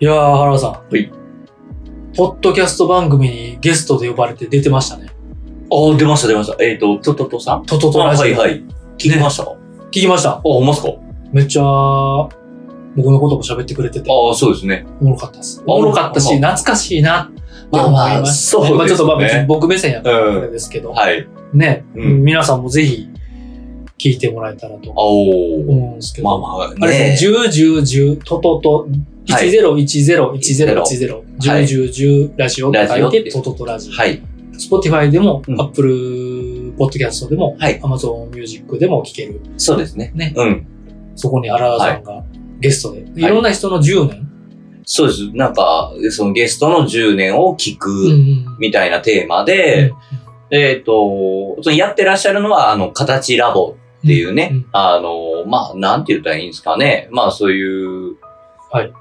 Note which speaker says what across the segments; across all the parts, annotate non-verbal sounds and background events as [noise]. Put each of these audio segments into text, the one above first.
Speaker 1: いやー、原田さん。
Speaker 2: はい。
Speaker 1: ポッドキャスト番組にゲストで呼ばれて出てましたね。
Speaker 2: ああ、出ました、出ました。えっ、と、トトトさん
Speaker 1: トト
Speaker 2: あ
Speaker 1: トラジオ。
Speaker 2: はいはい。聞きましたか、
Speaker 1: 聞きました
Speaker 2: あ、。ほんまっすか
Speaker 1: めっちゃ、僕のことも喋ってくれてて、
Speaker 2: ああ、そうですね。
Speaker 1: おもろかったです。
Speaker 2: あ
Speaker 1: おもろかったし、
Speaker 2: あ
Speaker 1: 懐かしいな。まあまあ、
Speaker 2: そうですね。
Speaker 1: まあちょっとまあ別に僕目線やったら
Speaker 2: うん
Speaker 1: あれですけど、
Speaker 2: はい。
Speaker 1: ね、
Speaker 2: うん
Speaker 1: 皆さんもぜひ聞いてもらえたらと
Speaker 2: あお
Speaker 1: 思うんですけど。
Speaker 2: まあまあ、
Speaker 1: あれで
Speaker 2: ね
Speaker 1: すね、10、10、10、トトト、
Speaker 2: はい
Speaker 1: 101010、1010、
Speaker 2: はい
Speaker 1: 1010ラジオって書
Speaker 2: ラ
Speaker 1: い
Speaker 2: ジオって
Speaker 1: て、トトトラジオ。
Speaker 2: はい。
Speaker 1: Spotify でも、
Speaker 2: うん
Speaker 1: Apple Podcast でも、
Speaker 2: はい
Speaker 1: Amazon Music でも聴ける。
Speaker 2: そうですね。
Speaker 1: ね。
Speaker 2: うん。
Speaker 1: そこにアラーさんがゲストで。い、ろんな人の10年、
Speaker 2: そうです。なんか、そのゲストの10年を聞
Speaker 1: うんう
Speaker 2: く、
Speaker 1: ん
Speaker 2: みたいなテーマで、えっ、と、そのやってらっしゃるのは、あの、形ラボっていうね、
Speaker 1: うん
Speaker 2: あの、まあ、なんて言ったらいいんですかね。まあ、そういう、
Speaker 1: はい。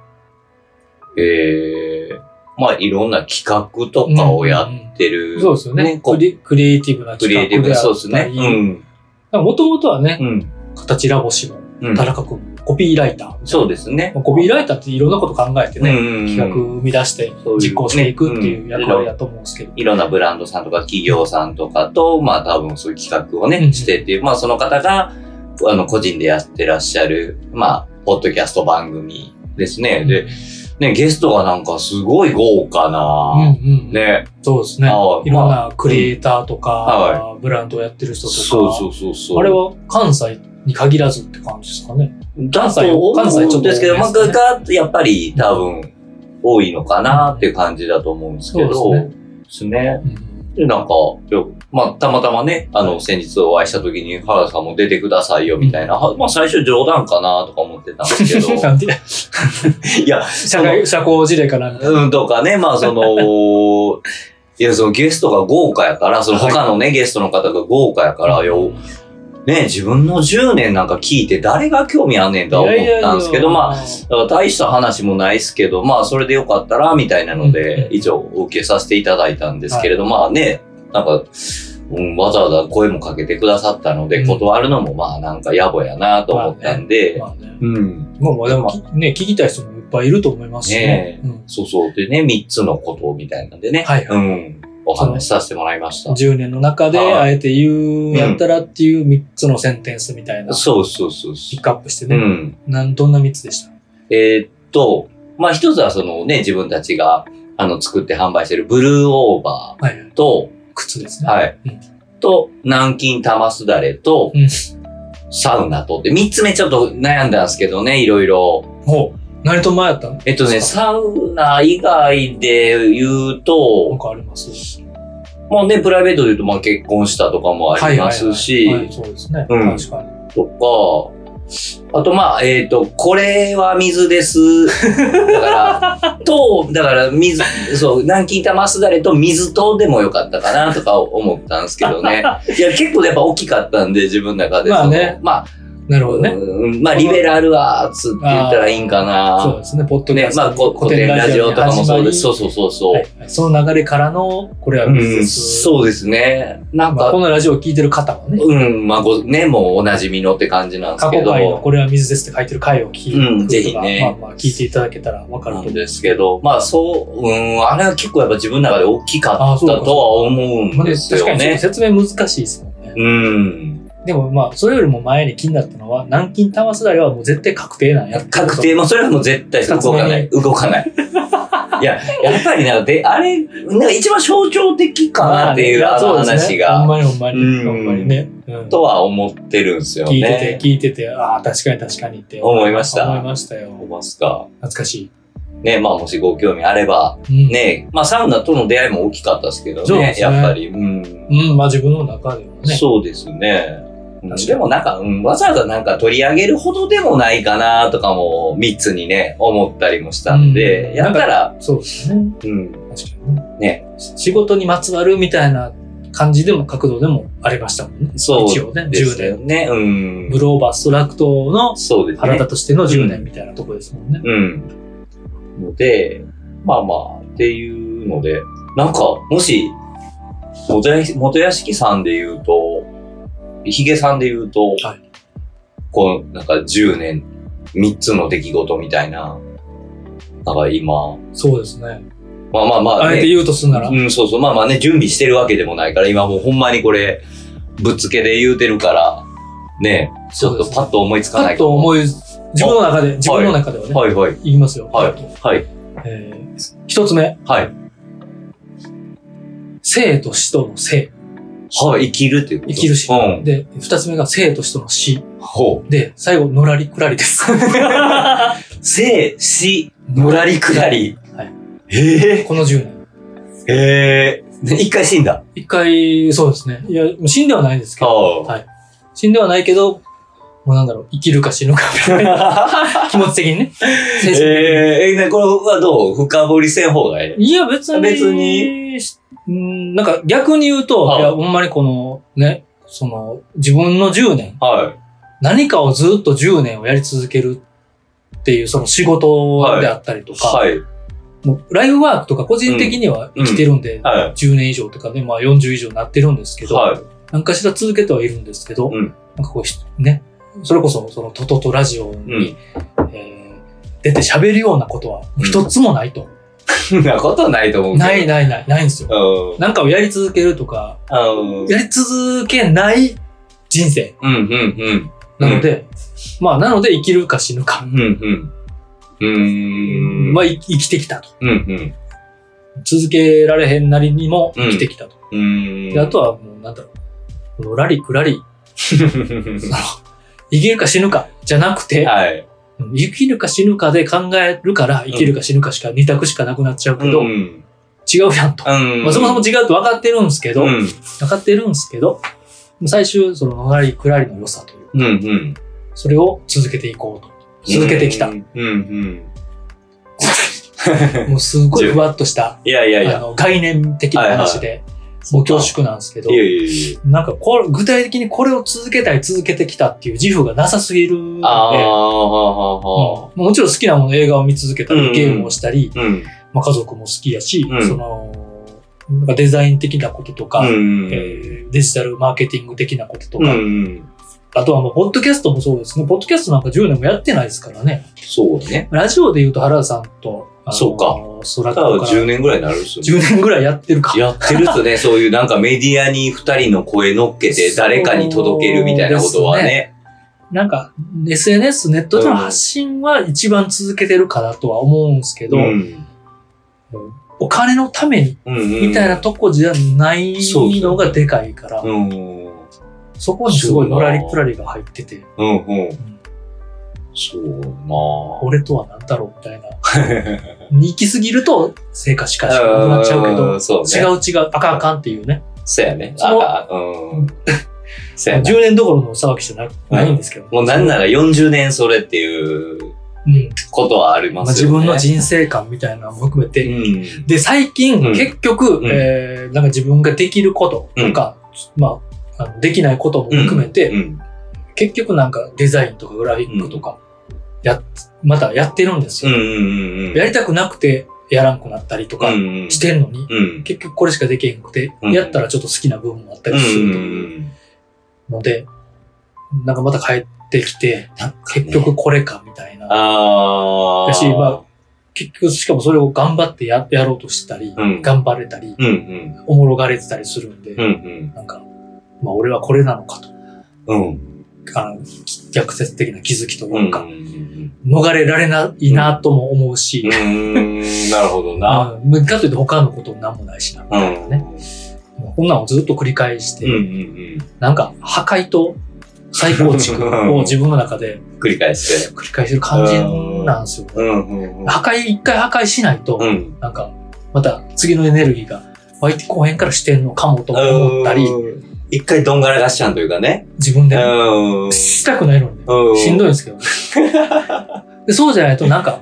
Speaker 2: ええまあ、いろんな企画とかをやっ
Speaker 1: って
Speaker 2: る、
Speaker 1: そうですよね
Speaker 2: こう
Speaker 1: クリ。クリエイティブな
Speaker 2: ク
Speaker 1: 企
Speaker 2: リエイティ
Speaker 1: 画
Speaker 2: ブ
Speaker 1: で
Speaker 2: で、
Speaker 1: あ
Speaker 2: そうです
Speaker 1: った
Speaker 2: ね。
Speaker 1: り。もともとはね、
Speaker 2: うん。うん。
Speaker 1: 形ラボ氏の
Speaker 2: うん
Speaker 1: 田中君、コピーライター。
Speaker 2: そうですね。
Speaker 1: コピーライターっていろんなこと考えてね、
Speaker 2: うん
Speaker 1: 企画生み出して
Speaker 2: そういう
Speaker 1: 実行していくっていう
Speaker 2: ね
Speaker 1: 役割だと思うんですけど。
Speaker 2: いろんなブランドさんとか企業さんとかと、まあ多分そういう企画をね、
Speaker 1: うん
Speaker 2: してっていう、まあその方が、あの、個人でやってらっしゃる、まあ、ポッドキャスト番組ですね。で、ね、ゲストがなんかすごい豪華
Speaker 1: うん
Speaker 2: な、
Speaker 1: うん
Speaker 2: ね、
Speaker 1: そうですね。
Speaker 2: あ
Speaker 1: いろんなクリエイターとか、
Speaker 2: ま
Speaker 1: ブランドをやってる人とか、
Speaker 2: そうそうそうそう。
Speaker 1: あれは関西に限らずって感じですかね。
Speaker 2: だ
Speaker 1: 関西
Speaker 2: と思
Speaker 1: 関西ちょ
Speaker 2: う
Speaker 1: っと多い
Speaker 2: ん
Speaker 1: で
Speaker 2: です
Speaker 1: す
Speaker 2: け
Speaker 1: ね
Speaker 2: ど、まあ、が、が、やっぱり多分、多いのかなっていう感じだと思うんですけど、
Speaker 1: そうです。
Speaker 2: ですね。で、なんか、よまあ、たまたまね、あの、先日お会いした時に、原田さんも出てくださいよ、みたいな。はまあ、最初冗談かなとか思ってたんですけ
Speaker 1: [laughs]
Speaker 2: ど
Speaker 1: なんで
Speaker 2: [laughs] いや、
Speaker 1: [laughs] 社会、社交辞令かなんか。
Speaker 2: うん、とかね、まあ、その、いや、そのゲストが豪華やから、その他のね、ゲストの方が豪華やから、よ、ね、自分の10年なんか聞いて誰が興味あんねんとは思ったんですけど、
Speaker 1: あ、
Speaker 2: まあ、だから大した話もないですけど、まあ、それでよかったら、みたいなので、
Speaker 1: うん
Speaker 2: 以上、お受けさせていただいたんですけれど、まあね、なんか、うん、わざわざ声もかけてくださったの
Speaker 1: う
Speaker 2: で、
Speaker 1: ん
Speaker 2: 断るのも、まあ、なんか野暮やなと思ったんで、
Speaker 1: まあね。
Speaker 2: うん。
Speaker 1: まあまあでも、きね、聞きたい人もいっぱいいると思いますしね
Speaker 2: ね。
Speaker 1: うん
Speaker 2: そうそう。でね、3つのことみたいなんでね、
Speaker 1: はいは
Speaker 2: うん、お話しさせてもらいました。
Speaker 1: 10年の中で、
Speaker 2: はい
Speaker 1: あえて言うんやったらっていう3つのセンテンスみたいな、
Speaker 2: そうそうそうそ
Speaker 1: ピックアップして
Speaker 2: う。う
Speaker 1: ね。
Speaker 2: ん。
Speaker 1: なん、どんな3つでした
Speaker 2: えーっと、まあ、一つはそのね、自分たちが、あの、作って販売してるブルーオーバ
Speaker 1: はいはい。
Speaker 2: ーと、
Speaker 1: 靴ですね。
Speaker 2: はい。
Speaker 1: うん
Speaker 2: と、南京玉すだれと、
Speaker 1: うん
Speaker 2: サウナとって、三つ目ちょっと悩んだんですけどね、いろいろ。
Speaker 1: ほう。何と迷ったの
Speaker 2: えっとね、
Speaker 1: そ
Speaker 2: サウナ以外で言う
Speaker 1: なん
Speaker 2: と、
Speaker 1: かあります
Speaker 2: もうね、プライベートで言うと、まあ結婚したとかもありますし、
Speaker 1: はいはいはいはいそうですね。
Speaker 2: うん
Speaker 1: 確かに。
Speaker 2: とか、あとまあ、えっ、と、これは水です。だ
Speaker 1: [laughs]
Speaker 2: から、と、だから水、そう、南京玉すだれと水とでもよかったかなとか思ったんですけどね。
Speaker 1: [laughs]
Speaker 2: いや、結構やっぱ大きかったんで、自分の中で。
Speaker 1: まあね
Speaker 2: そのまあ、
Speaker 1: なるほどね。
Speaker 2: うんまあ、リベラルアーツって言ったらいいんか
Speaker 1: そう
Speaker 2: な。
Speaker 1: ですね。ポッドキ
Speaker 2: ね
Speaker 1: ャ、ス
Speaker 2: ま
Speaker 1: ト
Speaker 2: あ、こ古典ラジオとかもそうです。そううそうそうそう。
Speaker 1: その流れからの、これは
Speaker 2: う
Speaker 1: 水で
Speaker 2: ん、
Speaker 1: す。
Speaker 2: そうですね。なん
Speaker 1: まあ、こ
Speaker 2: か、
Speaker 1: のラジオを聞いてる方はね、
Speaker 2: うん、まあご、ね、もうおなじみのって感じなんです
Speaker 1: 過
Speaker 2: け
Speaker 1: 去
Speaker 2: ど。
Speaker 1: 回のこれは水ですって書いてる回を聞いて、
Speaker 2: うんぜひね
Speaker 1: まあまあ聞いていただけたらわかる
Speaker 2: な
Speaker 1: と思
Speaker 2: ん
Speaker 1: う。
Speaker 2: ですけど、まあそう、うん、あれは結構やっぱ自分の中で大きか
Speaker 1: あ
Speaker 2: っ
Speaker 1: そうかそう
Speaker 2: た
Speaker 1: か
Speaker 2: とは思うん
Speaker 1: まあね
Speaker 2: です
Speaker 1: 確か
Speaker 2: よ
Speaker 1: にちょっと
Speaker 2: ね。
Speaker 1: 説明難しいですもんね。
Speaker 2: うん。
Speaker 1: でもまあ、それよりも前に気になったのは、南京玉すだれはもう絶対確定なんやってこと
Speaker 2: 確定も、それはもう絶対動かない。動かない。
Speaker 1: [laughs]
Speaker 2: いや、やっぱりなんか、で、あれ、なんか一番象徴的かなっていう、
Speaker 1: まね
Speaker 2: あ
Speaker 1: やそ
Speaker 2: の
Speaker 1: うです
Speaker 2: 話
Speaker 1: ね
Speaker 2: が。
Speaker 1: ほんまにほんま
Speaker 2: う
Speaker 1: に。
Speaker 2: ん
Speaker 1: ほんまにね。うん
Speaker 2: とは思ってるんですよね。
Speaker 1: 聞いてて、聞いてて、ああ、確かに確かにって
Speaker 2: 思いました
Speaker 1: 思いましたよ。
Speaker 2: 思いますか。
Speaker 1: 懐かし
Speaker 2: ね、まあもしご興味あれば、
Speaker 1: い。うん
Speaker 2: ね、まあサウナとの出会いも大きかったですけど
Speaker 1: そう
Speaker 2: ね、
Speaker 1: ですね
Speaker 2: やっぱり、うん。
Speaker 1: うん、まあ自分の中でもね。
Speaker 2: そうですね。うん
Speaker 1: 確かに
Speaker 2: でもなんか、うん、わざわざなんか取り上げるほどでもないかなとかも、3つにね、思ったりもしたんで、
Speaker 1: うん
Speaker 2: やったら、
Speaker 1: そうですね。
Speaker 2: うん、
Speaker 1: 確かにね。
Speaker 2: ね
Speaker 1: 仕事にまつわるみたいな感じでも角度でもありましたもんね。
Speaker 2: そう
Speaker 1: 一応ね、
Speaker 2: で
Speaker 1: 10
Speaker 2: すよ
Speaker 1: 年。
Speaker 2: ね。うん
Speaker 1: ブ。ローバーストラクトの
Speaker 2: そうです
Speaker 1: 原
Speaker 2: ね
Speaker 1: 田。としての10
Speaker 2: う
Speaker 1: 年みたいなとこですもんね。
Speaker 2: うん。ので、まあまあ、っていうので、なんか、もし、元屋元屋敷さんで言うと、ヒゲさんで言うと、
Speaker 1: はい
Speaker 2: この、なんか10年、3つの出来事みたいな、だから今、
Speaker 1: そうですね。
Speaker 2: まあまあまあ、
Speaker 1: あえて
Speaker 2: ね、
Speaker 1: 言うとすんなら。
Speaker 2: うん、そうそう、まあまあね、準備してるわけでもないから、今もうほんまにこれ、ぶっつけで言うてるから、ね、ちょっとパッと思いつか
Speaker 1: パ
Speaker 2: ない
Speaker 1: ッ
Speaker 2: けど
Speaker 1: と思い、自分の中で、自分の中ではね、
Speaker 2: はいはい。
Speaker 1: 言いますよ。
Speaker 2: はい
Speaker 1: パッと
Speaker 2: はい。
Speaker 1: えー一つ目、
Speaker 2: はい。
Speaker 1: 生と死との生。
Speaker 2: はい、生きるっていうこと。
Speaker 1: 生きるし
Speaker 2: うん。
Speaker 1: で、二つ目が生と死との死。
Speaker 2: ほう。
Speaker 1: で、最後、のらりくらり
Speaker 2: [laughs]
Speaker 1: です。
Speaker 2: 生、死、のらりくらり。
Speaker 1: はい。
Speaker 2: へ
Speaker 1: この10年。
Speaker 2: え。へえ。で一回死んだ。
Speaker 1: 一回、そうですね。いや、もう死んではないんですけど、
Speaker 2: あ
Speaker 1: 死んではないけど、もうなんだろう、生きるか [laughs] 死ぬかみたいな。
Speaker 2: あ。
Speaker 1: 気持ち的にね。
Speaker 2: [laughs] え
Speaker 1: 精
Speaker 2: ー
Speaker 1: 神的に
Speaker 2: え、ねこれはどう深掘りせん方がええ。
Speaker 1: いや、別に。
Speaker 2: 別に
Speaker 1: うん。なんか逆に言うと、
Speaker 2: はい
Speaker 1: いや、ほんまにこの、ね、その、自分の10年、
Speaker 2: は
Speaker 1: 何かをずっと10年をやり続けるっていう、その仕事であったりと
Speaker 2: い。
Speaker 1: か、
Speaker 2: はい。
Speaker 1: もうライフワークとか個人的には生きてるんで、
Speaker 2: は
Speaker 1: 10年以上とかね、まあ40以上になってるんですけ
Speaker 2: い。
Speaker 1: ど、
Speaker 2: はい。
Speaker 1: 何かしら続けてはいるんですけど、
Speaker 2: う
Speaker 1: な
Speaker 2: ん
Speaker 1: んかこうひ、ね、それこそ、その、トトトラジオに、えー出て喋るようなことは一つもないと。
Speaker 2: そんなことないと思うけど。
Speaker 1: ないないない、ないんですよ。
Speaker 2: うん。
Speaker 1: なんかをやり続けるとか、
Speaker 2: うん。
Speaker 1: やり続けない人生
Speaker 2: うん、うん、うん。
Speaker 1: なので、まあ、なので生きるか死ぬ
Speaker 2: う
Speaker 1: か、
Speaker 2: ん、うん。うーん。
Speaker 1: まあ、い生きてきたと。
Speaker 2: うん、うん。
Speaker 1: 続けられへんなりにも
Speaker 2: うん
Speaker 1: 生きてきたと。
Speaker 2: うーん。
Speaker 1: であとは、もう、なんだろう、のらりくらり、
Speaker 2: は。
Speaker 1: 生きるか死ぬかじゃなくて、
Speaker 2: [laughs] はい。
Speaker 1: 生きるか死ぬかで考えるから、生きるか死ぬかしか二択しかなくなっちゃうけど、
Speaker 2: うん
Speaker 1: 違。うやんと。
Speaker 2: うん
Speaker 1: まあ、そもそも違うと分かってるんですけど、
Speaker 2: うん。
Speaker 1: 分かってるんですけど、最終、そののらりくらりの良さという、
Speaker 2: うん、うん。
Speaker 1: それを続けていこうと。続けてきた
Speaker 2: う。ん、うん。
Speaker 1: もうすごいふわっとした、
Speaker 2: いやい
Speaker 1: あ
Speaker 2: やいや。
Speaker 1: の、概念的な話で、もう恐縮なんですけど
Speaker 2: い、やいやいや。
Speaker 1: なんかこれ、具体的にこれを続けたい、続けてきたっていう自負がなさすぎるので、
Speaker 2: ああ、
Speaker 1: うん
Speaker 2: ははは。
Speaker 1: もちろん好きなもの、映画を見続けた
Speaker 2: うんう
Speaker 1: り、
Speaker 2: ん
Speaker 1: ゲームをしたり、
Speaker 2: うん。
Speaker 1: まあ、家族も好きやし、
Speaker 2: うん
Speaker 1: その、なんかデザイン的なこととか、
Speaker 2: うん。
Speaker 1: えーデジタルマーケティング的なことと
Speaker 2: う
Speaker 1: か、
Speaker 2: ん。
Speaker 1: あとはもう、ポッドキャストもそうですね。ポッドキャストなんか10年もやってないですからね。
Speaker 2: そうね。
Speaker 1: ラジオで言うと原田さんと、あの
Speaker 2: そうか。
Speaker 1: 空
Speaker 2: だ
Speaker 1: と
Speaker 2: から
Speaker 1: か、
Speaker 2: 10年ぐらいになるっすよね
Speaker 1: 10年ぐらいやってるか。
Speaker 2: やってる
Speaker 1: [laughs]
Speaker 2: っすね。そういうなんかメディアに二人の声乗っけて誰かに届けるみたいなことはね。
Speaker 1: なんか、SNS、ネットでの発信は一番続けてるかなとは思うんですけど、
Speaker 2: うん。
Speaker 1: お金のために、み
Speaker 2: み
Speaker 1: たいなとこじゃない
Speaker 2: そうそう
Speaker 1: のがでかいから、そ
Speaker 2: うん。うん。
Speaker 1: こにすごいのらりくらりが入ってて、
Speaker 2: うん。そうな
Speaker 1: 俺とは何だろうみたいな。
Speaker 2: [laughs]
Speaker 1: に行き過ぎると、成果しかしなくなっちゃうけど、
Speaker 2: んそうね。
Speaker 1: 違う違う、あかんあかんっていうね。
Speaker 2: そうやね。
Speaker 1: その
Speaker 2: ああ、うん。 [laughs] そうやな。
Speaker 1: 10年どころの騒ぎじゃなないんですけど。
Speaker 2: もうなんなら40年それっていう
Speaker 1: うん
Speaker 2: ことはあり
Speaker 1: まあ
Speaker 2: ます
Speaker 1: 自
Speaker 2: よね。
Speaker 1: 分の人生観みたいなのも含めて、
Speaker 2: うん。
Speaker 1: で、最近、
Speaker 2: うん
Speaker 1: 結局、
Speaker 2: うん
Speaker 1: えーなんか自分ができることとか、まあ、あのできないことも含めて、
Speaker 2: うん。
Speaker 1: 結局なんかデザインとかグラフィックとか、やっ、またやってるんです
Speaker 2: う
Speaker 1: よ、
Speaker 2: んうんうん。
Speaker 1: やりたくなくてやらんくなったりとか
Speaker 2: うんうん
Speaker 1: してんのに、
Speaker 2: うん。
Speaker 1: 結局これしかできへんくて、
Speaker 2: うん
Speaker 1: やったらちょっと好きな部分もあった
Speaker 2: う
Speaker 1: りす
Speaker 2: んう
Speaker 1: る
Speaker 2: ん
Speaker 1: ので、なんかまた帰ってきて、結局これかみたいな。
Speaker 2: ああ。
Speaker 1: やしま結局、しかもそれを頑張ってややろうとしたり、
Speaker 2: うん
Speaker 1: 頑張れたり、
Speaker 2: うんうん。
Speaker 1: おもろがれてたりするんで、
Speaker 2: うん
Speaker 1: なんか、まあ俺はこれなのかと。
Speaker 2: うん。うん。
Speaker 1: あのき逆説的な気づきと
Speaker 2: う
Speaker 1: い
Speaker 2: ん
Speaker 1: うか、逃れられないなとも思うし、
Speaker 2: うーん。なるほどな。
Speaker 1: あうんかというと他のことなんもないしな、み
Speaker 2: う。
Speaker 1: たいなんね。こんなんをずっと繰り返して、
Speaker 2: うんうん
Speaker 1: なんか破壊と再構築を自分の中で
Speaker 2: うん。繰り返して。
Speaker 1: 繰り返してる感じなんですよね。
Speaker 2: うんうんうん。
Speaker 1: 破壊、一回破壊しないと、
Speaker 2: うん。
Speaker 1: なんか、また次のエネルギーが湧いてこうへんからしてんのかもと思ったり、
Speaker 2: うん一回どんがらがしちゃうというかね。
Speaker 1: 自分
Speaker 2: う
Speaker 1: で
Speaker 2: ん。
Speaker 1: したくないのに、
Speaker 2: うん
Speaker 1: しんどいんですけど
Speaker 2: [laughs]
Speaker 1: ね。でそうじゃないと、なんか、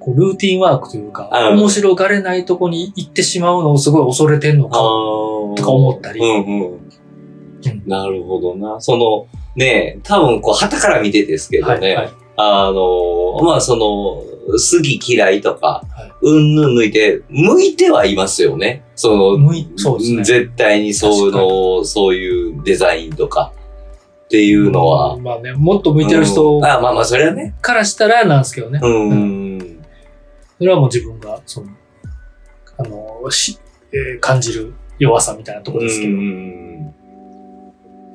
Speaker 1: こうルーティンワークというか、
Speaker 2: うん
Speaker 1: 面白がれないとこに行ってしまうのをすごい恐れてんのかもと
Speaker 2: と
Speaker 1: か思ったり
Speaker 2: うんうん
Speaker 1: うん。
Speaker 2: なるほどな。その、ね多分こう、旗から見てですけどね、
Speaker 1: はいはい
Speaker 2: あの、まあその、好き嫌いとか
Speaker 1: はい、
Speaker 2: うんぬん抜いて、向いてはいますよね。その、
Speaker 1: 向いそうですね
Speaker 2: 絶対にそうの、そういうデザインとかっていうのは。
Speaker 1: まあね、もっと向いてる人
Speaker 2: うんあまあまあ、それはね。
Speaker 1: からしたらなんですけどね。
Speaker 2: うん。
Speaker 1: それはもう自分が、その、あの、し、えー感じる弱さみたいなところですけど。
Speaker 2: うん。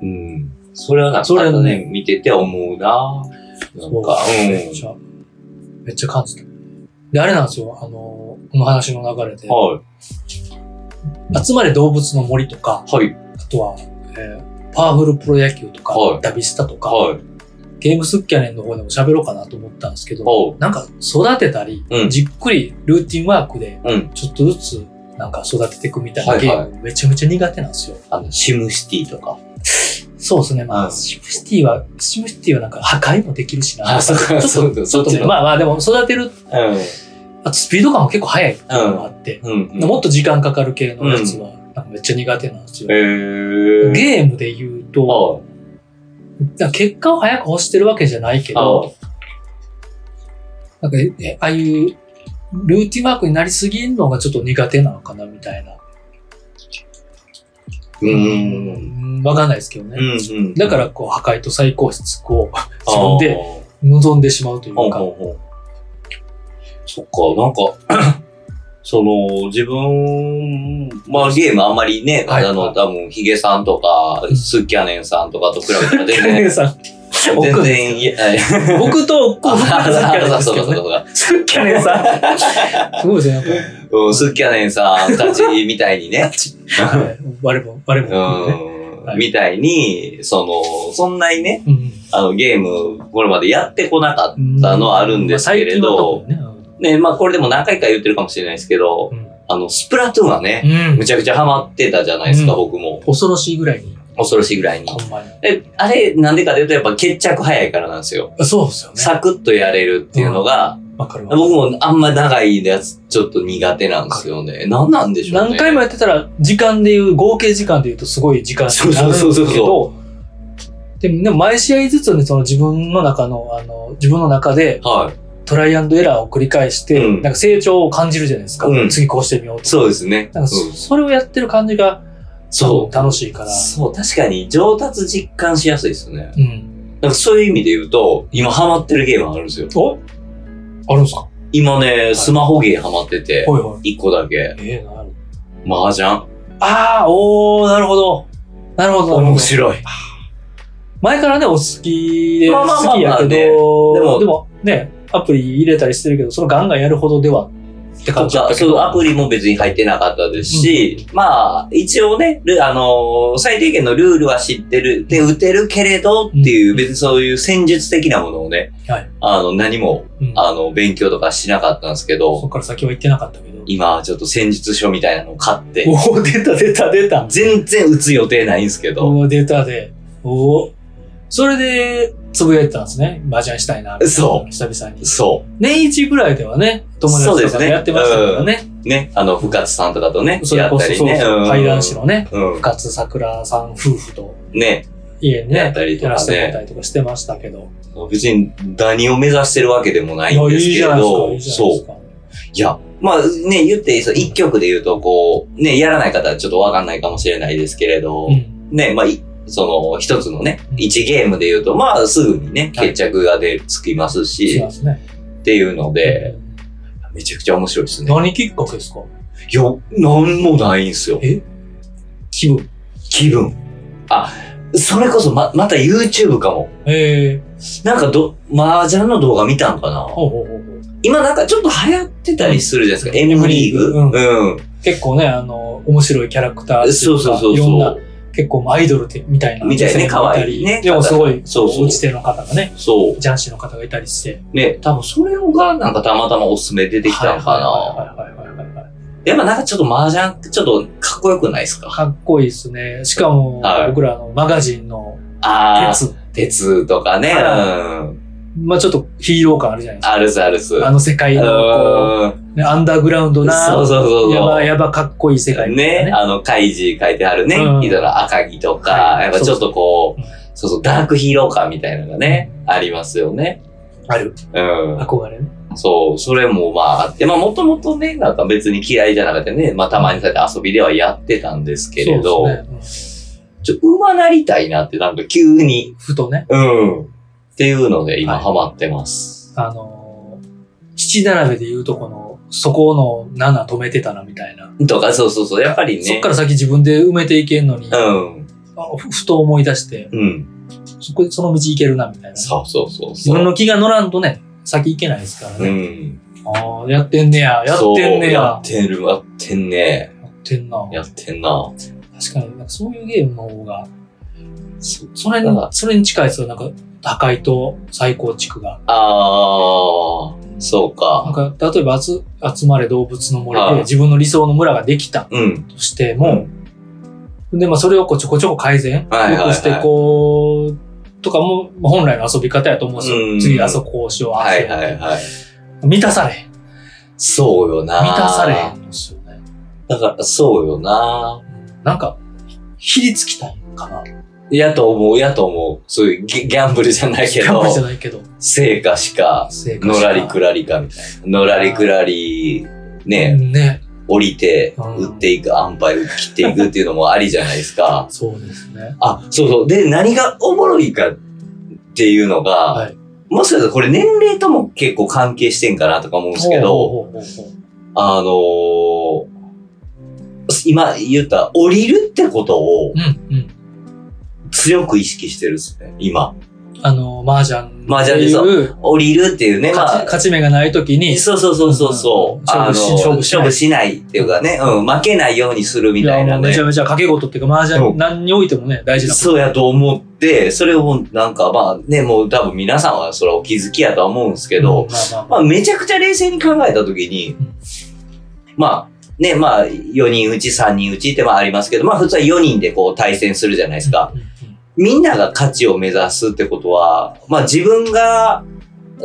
Speaker 2: うん。それはなんか、
Speaker 1: それはね
Speaker 2: あとね、見てて思うななんか、
Speaker 1: めっちゃ、めっちゃ感じた。で、あれなんですよ。あの、この話の流れで
Speaker 2: うん。、は
Speaker 1: 集まれ動物の森とか、
Speaker 2: い。はい。
Speaker 1: あとは、えーパワフルプロ野球とか、
Speaker 2: はい
Speaker 1: ダビスタとか、
Speaker 2: はい。
Speaker 1: ゲームスッキャネンの方でも喋ろうかなと思ったんですけど、
Speaker 2: は
Speaker 1: なんか育てたり、
Speaker 2: うん
Speaker 1: じっくりルーティンワークで
Speaker 2: い。うん。
Speaker 1: ちょっとずつなんか育てていくみたいな
Speaker 2: はい
Speaker 1: ゲ
Speaker 2: はい
Speaker 1: ームめちゃめちゃ苦手なんですよ。
Speaker 2: あの、シムシティとか。
Speaker 1: そうですね。まあ、
Speaker 2: うん
Speaker 1: シムシティは、シムシティはなんか破壊もできるしな。
Speaker 2: あ、そっか、
Speaker 1: ちょっと
Speaker 2: そうだ、そっ
Speaker 1: ちょっ
Speaker 2: ち
Speaker 1: と
Speaker 2: の。
Speaker 1: まあまあでも育てる、
Speaker 2: うん。
Speaker 1: あとスピード感も結構速いっていうのもあって、
Speaker 2: うん。うん
Speaker 1: もっと時間かかる系のやつはなんかめっちゃ苦手なんですよ。
Speaker 2: へー。
Speaker 1: ゲームで言うと、
Speaker 2: は
Speaker 1: なんか結果を早く欲してるわけじゃないけ
Speaker 2: い。
Speaker 1: ど、
Speaker 2: は
Speaker 1: なんか、えああいう、ルーティンワークになりすぎるのがちょっと苦手なのかな、みたいな。
Speaker 2: い。う。
Speaker 1: うんん。わかんないですけどね。
Speaker 2: うん。うん。
Speaker 1: だから、こう、破壊と最高質を
Speaker 2: あー、
Speaker 1: 自分で望んでしまうとい
Speaker 2: ほ
Speaker 1: うん
Speaker 2: ほ
Speaker 1: か。
Speaker 2: んほん。そっか、なんか、 [clears throat] その、自分、まあゲームあんまりね、
Speaker 1: はい
Speaker 2: あの、
Speaker 1: はい
Speaker 2: 多分、ヒゲさんとか
Speaker 1: う、ん
Speaker 2: スキャネンさんとかと比べたら全
Speaker 1: 姉 [laughs]
Speaker 2: 然、
Speaker 1: さん
Speaker 2: 全然、いや、
Speaker 1: [laughs] 僕と、こう、僕はスッキャネンです
Speaker 2: そう
Speaker 1: け
Speaker 2: かそうか
Speaker 1: どね。
Speaker 2: そうか。
Speaker 1: スッキャネンさん。すごいですね、や
Speaker 2: うんスキャネンさんたちみたい
Speaker 1: [laughs]
Speaker 2: に
Speaker 1: っ
Speaker 2: ね。
Speaker 1: ぱり。はい我も、我も含めてね。
Speaker 2: う
Speaker 1: は
Speaker 2: ん
Speaker 1: い
Speaker 2: みたいに、その、そんなにね、
Speaker 1: うん。
Speaker 2: あの、ゲーム、これまでやってこなかったのはあるんですけれ
Speaker 1: まあ
Speaker 2: ど、
Speaker 1: 最近は特にね
Speaker 2: ね、まあ、これでも何回か言ってるかもしれないですけど、
Speaker 1: うん
Speaker 2: あの、スプラトゥーンはね、
Speaker 1: うん
Speaker 2: むちゃくちゃハマってたじゃないですか、
Speaker 1: うん
Speaker 2: 僕も。
Speaker 1: 恐ろしいぐらいに、
Speaker 2: 恐ろしいぐらいに。
Speaker 1: ほんまに。
Speaker 2: で、あれ、なんでかというと、やっぱ決着早いからなんですよ。
Speaker 1: あそうですよね。
Speaker 2: サクッとやれるっていうのが、
Speaker 1: わかるわ。
Speaker 2: 僕もあんま長いやつ、ちょっと苦手なんですよね。何なんでしょうね。
Speaker 1: 何回もやってたら、時間でいう、合計時間でいうとすごい時間になるんですけ
Speaker 2: そう
Speaker 1: ど、
Speaker 2: そうそうそ
Speaker 1: でも、でも毎試合ずつね、その自分の中の、あの、自分の中で
Speaker 2: はい。
Speaker 1: トライアンドエラーを繰り返して、
Speaker 2: うん
Speaker 1: なんか成長を感じるじゃないですか。
Speaker 2: うん
Speaker 1: 次こうしてみようと。
Speaker 2: そうですね。
Speaker 1: なんかそ、
Speaker 2: うん
Speaker 1: それをやってる感じが、
Speaker 2: そう。
Speaker 1: 楽しいから。
Speaker 2: そう、確かに上達実感しやすいですね。
Speaker 1: うん。
Speaker 2: なんかそういう意味で言うと、今ハマってるゲームあるんですよ。
Speaker 1: おあるんですか
Speaker 2: 今ね、スマホゲーハマってて、
Speaker 1: はいはい。
Speaker 2: 一個だけ、
Speaker 1: ええなる
Speaker 2: 麻雀。
Speaker 1: ああ、おー、なるほど。なるほど、なるほ
Speaker 2: 面
Speaker 1: ど。
Speaker 2: 白い。
Speaker 1: 前からね、お好きで、
Speaker 2: まあまあまあ
Speaker 1: 好きやけど、
Speaker 2: ね
Speaker 1: で
Speaker 2: で
Speaker 1: も
Speaker 2: も
Speaker 1: ね、アプリ入れたりしてるけど、そのガンガンやるほどではって感
Speaker 2: と
Speaker 1: じだっ
Speaker 2: か、
Speaker 1: たけ
Speaker 2: そ
Speaker 1: ど。
Speaker 2: う、アプリも別に入ってなかったですし、まあ、一応ね、ルあのー最低限のルールは知ってる、で、打てるけれどっていう、
Speaker 1: うん
Speaker 2: 別にそういう戦術的なものをね、
Speaker 1: はい
Speaker 2: あの、何も、
Speaker 1: うん
Speaker 2: あの、勉強とかしなかったんですけ
Speaker 1: そっ
Speaker 2: ど、
Speaker 1: から先は行ってなかったけど。
Speaker 2: 今、ちょっと戦術書みたいなのを買って、
Speaker 1: おお、出た出た出た。
Speaker 2: 全然打つ予定ないんですけど、
Speaker 1: おお、出たで。おお。それで、つぶやいてたんですね。麻雀したいな。。
Speaker 2: そう
Speaker 1: 久々に。
Speaker 2: そ
Speaker 1: 年一ぐらいではね、友達とかでやってましたからね。
Speaker 2: う、ね、あの、深津さんとかとね、
Speaker 1: そ
Speaker 2: や
Speaker 1: れ
Speaker 2: っ
Speaker 1: こ
Speaker 2: た
Speaker 1: そ、
Speaker 2: り
Speaker 1: そう
Speaker 2: ね、
Speaker 1: そう、
Speaker 2: うん
Speaker 1: 怪談師のね、
Speaker 2: うん、
Speaker 1: 深津桜さん夫婦と
Speaker 2: ね、
Speaker 1: 家に
Speaker 2: や
Speaker 1: ね
Speaker 2: っ、たりと
Speaker 1: やら
Speaker 2: か
Speaker 1: せてもらっ
Speaker 2: ね
Speaker 1: た、りとかしてましたけど。
Speaker 2: 別に何を目指してるわけでもないん
Speaker 1: いや
Speaker 2: で
Speaker 1: い
Speaker 2: す
Speaker 1: い
Speaker 2: け
Speaker 1: じ
Speaker 2: れ
Speaker 1: ゃないですか。い
Speaker 2: ど、
Speaker 1: いじゃないで
Speaker 2: そう
Speaker 1: す。か。
Speaker 2: いや、まあね、言っていいですよ一曲で言うと、こう、ね、やらない方はちょっとわかんないかもしれないですけれど、
Speaker 1: うん
Speaker 2: ね、まあ、いその、一つのね
Speaker 1: う、ん
Speaker 2: 一ゲームで言うと、まあ、すぐにね、
Speaker 1: はい
Speaker 2: 決着が出、つきます
Speaker 1: し
Speaker 2: し、
Speaker 1: ますね。
Speaker 2: っていうので、めちゃくちゃ面白いですね。
Speaker 1: 何きっかけですか
Speaker 2: いや、なんもないんですよ。
Speaker 1: 気分。
Speaker 2: 気分。あ、それこそま、また YouTube かも。
Speaker 1: ええ
Speaker 2: なんかど、麻雀の動画見たんかな
Speaker 1: ほうほうほうほう。
Speaker 2: 今なんかちょっと流行ってたりするじゃないですか。
Speaker 1: ん
Speaker 2: M リーグ。
Speaker 1: うん
Speaker 2: うん。
Speaker 1: 結構ね、あの、面白いキャラクターっていか
Speaker 2: そうそうそう
Speaker 1: いろん
Speaker 2: そ
Speaker 1: な
Speaker 2: う。、
Speaker 1: 結構もうアイドルってみたいな。
Speaker 2: みたい
Speaker 1: 女
Speaker 2: ね
Speaker 1: 性もたり
Speaker 2: 可愛いね
Speaker 1: でもすごい、
Speaker 2: そうそう
Speaker 1: 打ち手の方がね、
Speaker 2: そ
Speaker 1: 雀士の方がいたりして。
Speaker 2: う。ね、多分それがなんかたまたまおすすめ出てきたのかな。
Speaker 1: はいはいはいはいはいはい。
Speaker 2: やっぱなんかちょっと麻雀ってちょっとかっこよくないですか
Speaker 1: かっこいいですね。しかも
Speaker 2: は、い
Speaker 1: 僕らあのマガジンの
Speaker 2: ああ、
Speaker 1: 鉄。
Speaker 2: 鉄とかね。
Speaker 1: は
Speaker 2: うん。
Speaker 1: まあちょっとヒーロー感あるじゃないです
Speaker 2: アルスアルス。う
Speaker 1: か。あ
Speaker 2: ん。
Speaker 1: の世界のこう、ねアンダーグラウンドな、
Speaker 2: そうそうそうそう
Speaker 1: やばやばかっこいい世界みたいな
Speaker 2: ね、あの、カイジ書いてあるね。
Speaker 1: うん
Speaker 2: いろいろ赤木とか、
Speaker 1: はい
Speaker 2: やっぱちょっとこう
Speaker 1: そう、
Speaker 2: そうそう、ダークヒーロー感みたいなのがね、ありますよね。
Speaker 1: ある。
Speaker 2: うん。
Speaker 1: 憧れね。
Speaker 2: そう、それもまああって、まあもともとね、なんか別に嫌いじゃなくてね、まあたまにそうやって遊びではやってたんですけれ
Speaker 1: そ
Speaker 2: ど、
Speaker 1: うですねうん
Speaker 2: ちょ、馬なりたいなってなんか急に、
Speaker 1: ふとね、
Speaker 2: うん、っていうので今
Speaker 1: はい
Speaker 2: ハマってます。
Speaker 1: あのー七並べで言うとこの、そこの7止めてたなみたいな。
Speaker 2: とか、そうそうそう、やっぱりね。
Speaker 1: そっから先自分で埋めていけんのに、
Speaker 2: うん。
Speaker 1: あふふと思い出して、
Speaker 2: うん。
Speaker 1: そこでその道行けるなみたいな。
Speaker 2: そうそうそう
Speaker 1: 自
Speaker 2: そう。
Speaker 1: 分の気が乗らんとね、先行けないですから
Speaker 2: う
Speaker 1: ね。
Speaker 2: ん。
Speaker 1: ああ、やってんねや、やってんね
Speaker 2: そうや
Speaker 1: や
Speaker 2: っ。てる、やってんね。
Speaker 1: やってんな。
Speaker 2: やってんな。
Speaker 1: 確かに、なんかそういうゲームの方が、
Speaker 2: そ
Speaker 1: それ
Speaker 2: だ
Speaker 1: に
Speaker 2: か、ら
Speaker 1: それに近いですよ。なんか、破壊と再構築が。
Speaker 2: あー、そう
Speaker 1: なん
Speaker 2: か。
Speaker 1: か、例えば集、集まれ動物の森
Speaker 2: はい
Speaker 1: で自分の理想の村ができた
Speaker 2: うん。
Speaker 1: としても、で、まあ、それをこうちょこちょこ改善、
Speaker 2: はいはいはい
Speaker 1: 良くして、こう、とかも、まあ本来の遊び方やと思うんです
Speaker 2: う
Speaker 1: よ。
Speaker 2: ん
Speaker 1: 次、あそこをしよう、ああ
Speaker 2: は
Speaker 1: しよ
Speaker 2: いうはいはい。
Speaker 1: 満たされへん。
Speaker 2: そうよな。
Speaker 1: 満たされへんのですよね。
Speaker 2: だから、そうよな。
Speaker 1: なんか、ひりつきたいのかな。
Speaker 2: やと思う、やと思う。そういうギギャンブルじゃない
Speaker 1: ギ
Speaker 2: け
Speaker 1: ャン
Speaker 2: ど
Speaker 1: ブル、じゃないけど、
Speaker 2: 成果しか、
Speaker 1: 生活
Speaker 2: の
Speaker 1: し
Speaker 2: ら
Speaker 1: た
Speaker 2: りくらりかみたいな。のらりくらり、ね、
Speaker 1: ね。
Speaker 2: 降りて、
Speaker 1: うん。
Speaker 2: 打っていく、安牌打切っていくっていうのもありじゃないですか
Speaker 1: [laughs] そうですね。
Speaker 2: あ、そうそう。で、何がおもろいかっていうのが、
Speaker 1: はい
Speaker 2: もしかしたらこれ年齢とも結構関係してんかなとか思うんですけど、
Speaker 1: ほうほうほうほうほう
Speaker 2: あのー今言った降りるってことを
Speaker 1: うんうん。
Speaker 2: 強く意識してるっすね、今。
Speaker 1: あの、麻雀
Speaker 2: 麻
Speaker 1: っ
Speaker 2: 雀
Speaker 1: て
Speaker 2: で
Speaker 1: い、
Speaker 2: そう降りるっていうね、ま
Speaker 1: 勝ち
Speaker 2: あ、
Speaker 1: 勝ち目がない時に、
Speaker 2: そうそうそうそうそうう、
Speaker 1: ん勝負し
Speaker 2: あの
Speaker 1: 勝負しない
Speaker 2: 勝負しないっていうかね、うん、負けないようにするみたい
Speaker 1: や
Speaker 2: な
Speaker 1: もうめ
Speaker 2: ね
Speaker 1: ちゃ。めちゃ掛け事っていうか、麻
Speaker 2: そ
Speaker 1: 雀
Speaker 2: う
Speaker 1: 何においてもね、大事なこ
Speaker 2: そうやと思って、それをなんかまあね、もう多分皆さんはそれはお気づきやとは思うんですけ
Speaker 1: と。
Speaker 2: ど、
Speaker 1: まあまあま
Speaker 2: まあめちゃくちゃ冷静に考えたときに
Speaker 1: うん、
Speaker 2: まあね、まあ4人うち3人うちってまあありますけど、まあ普通は4人でこう対戦するじゃないです
Speaker 1: あ
Speaker 2: か。。
Speaker 1: うんうん
Speaker 2: みんなが勝ちを目指すってことは、まあ自分が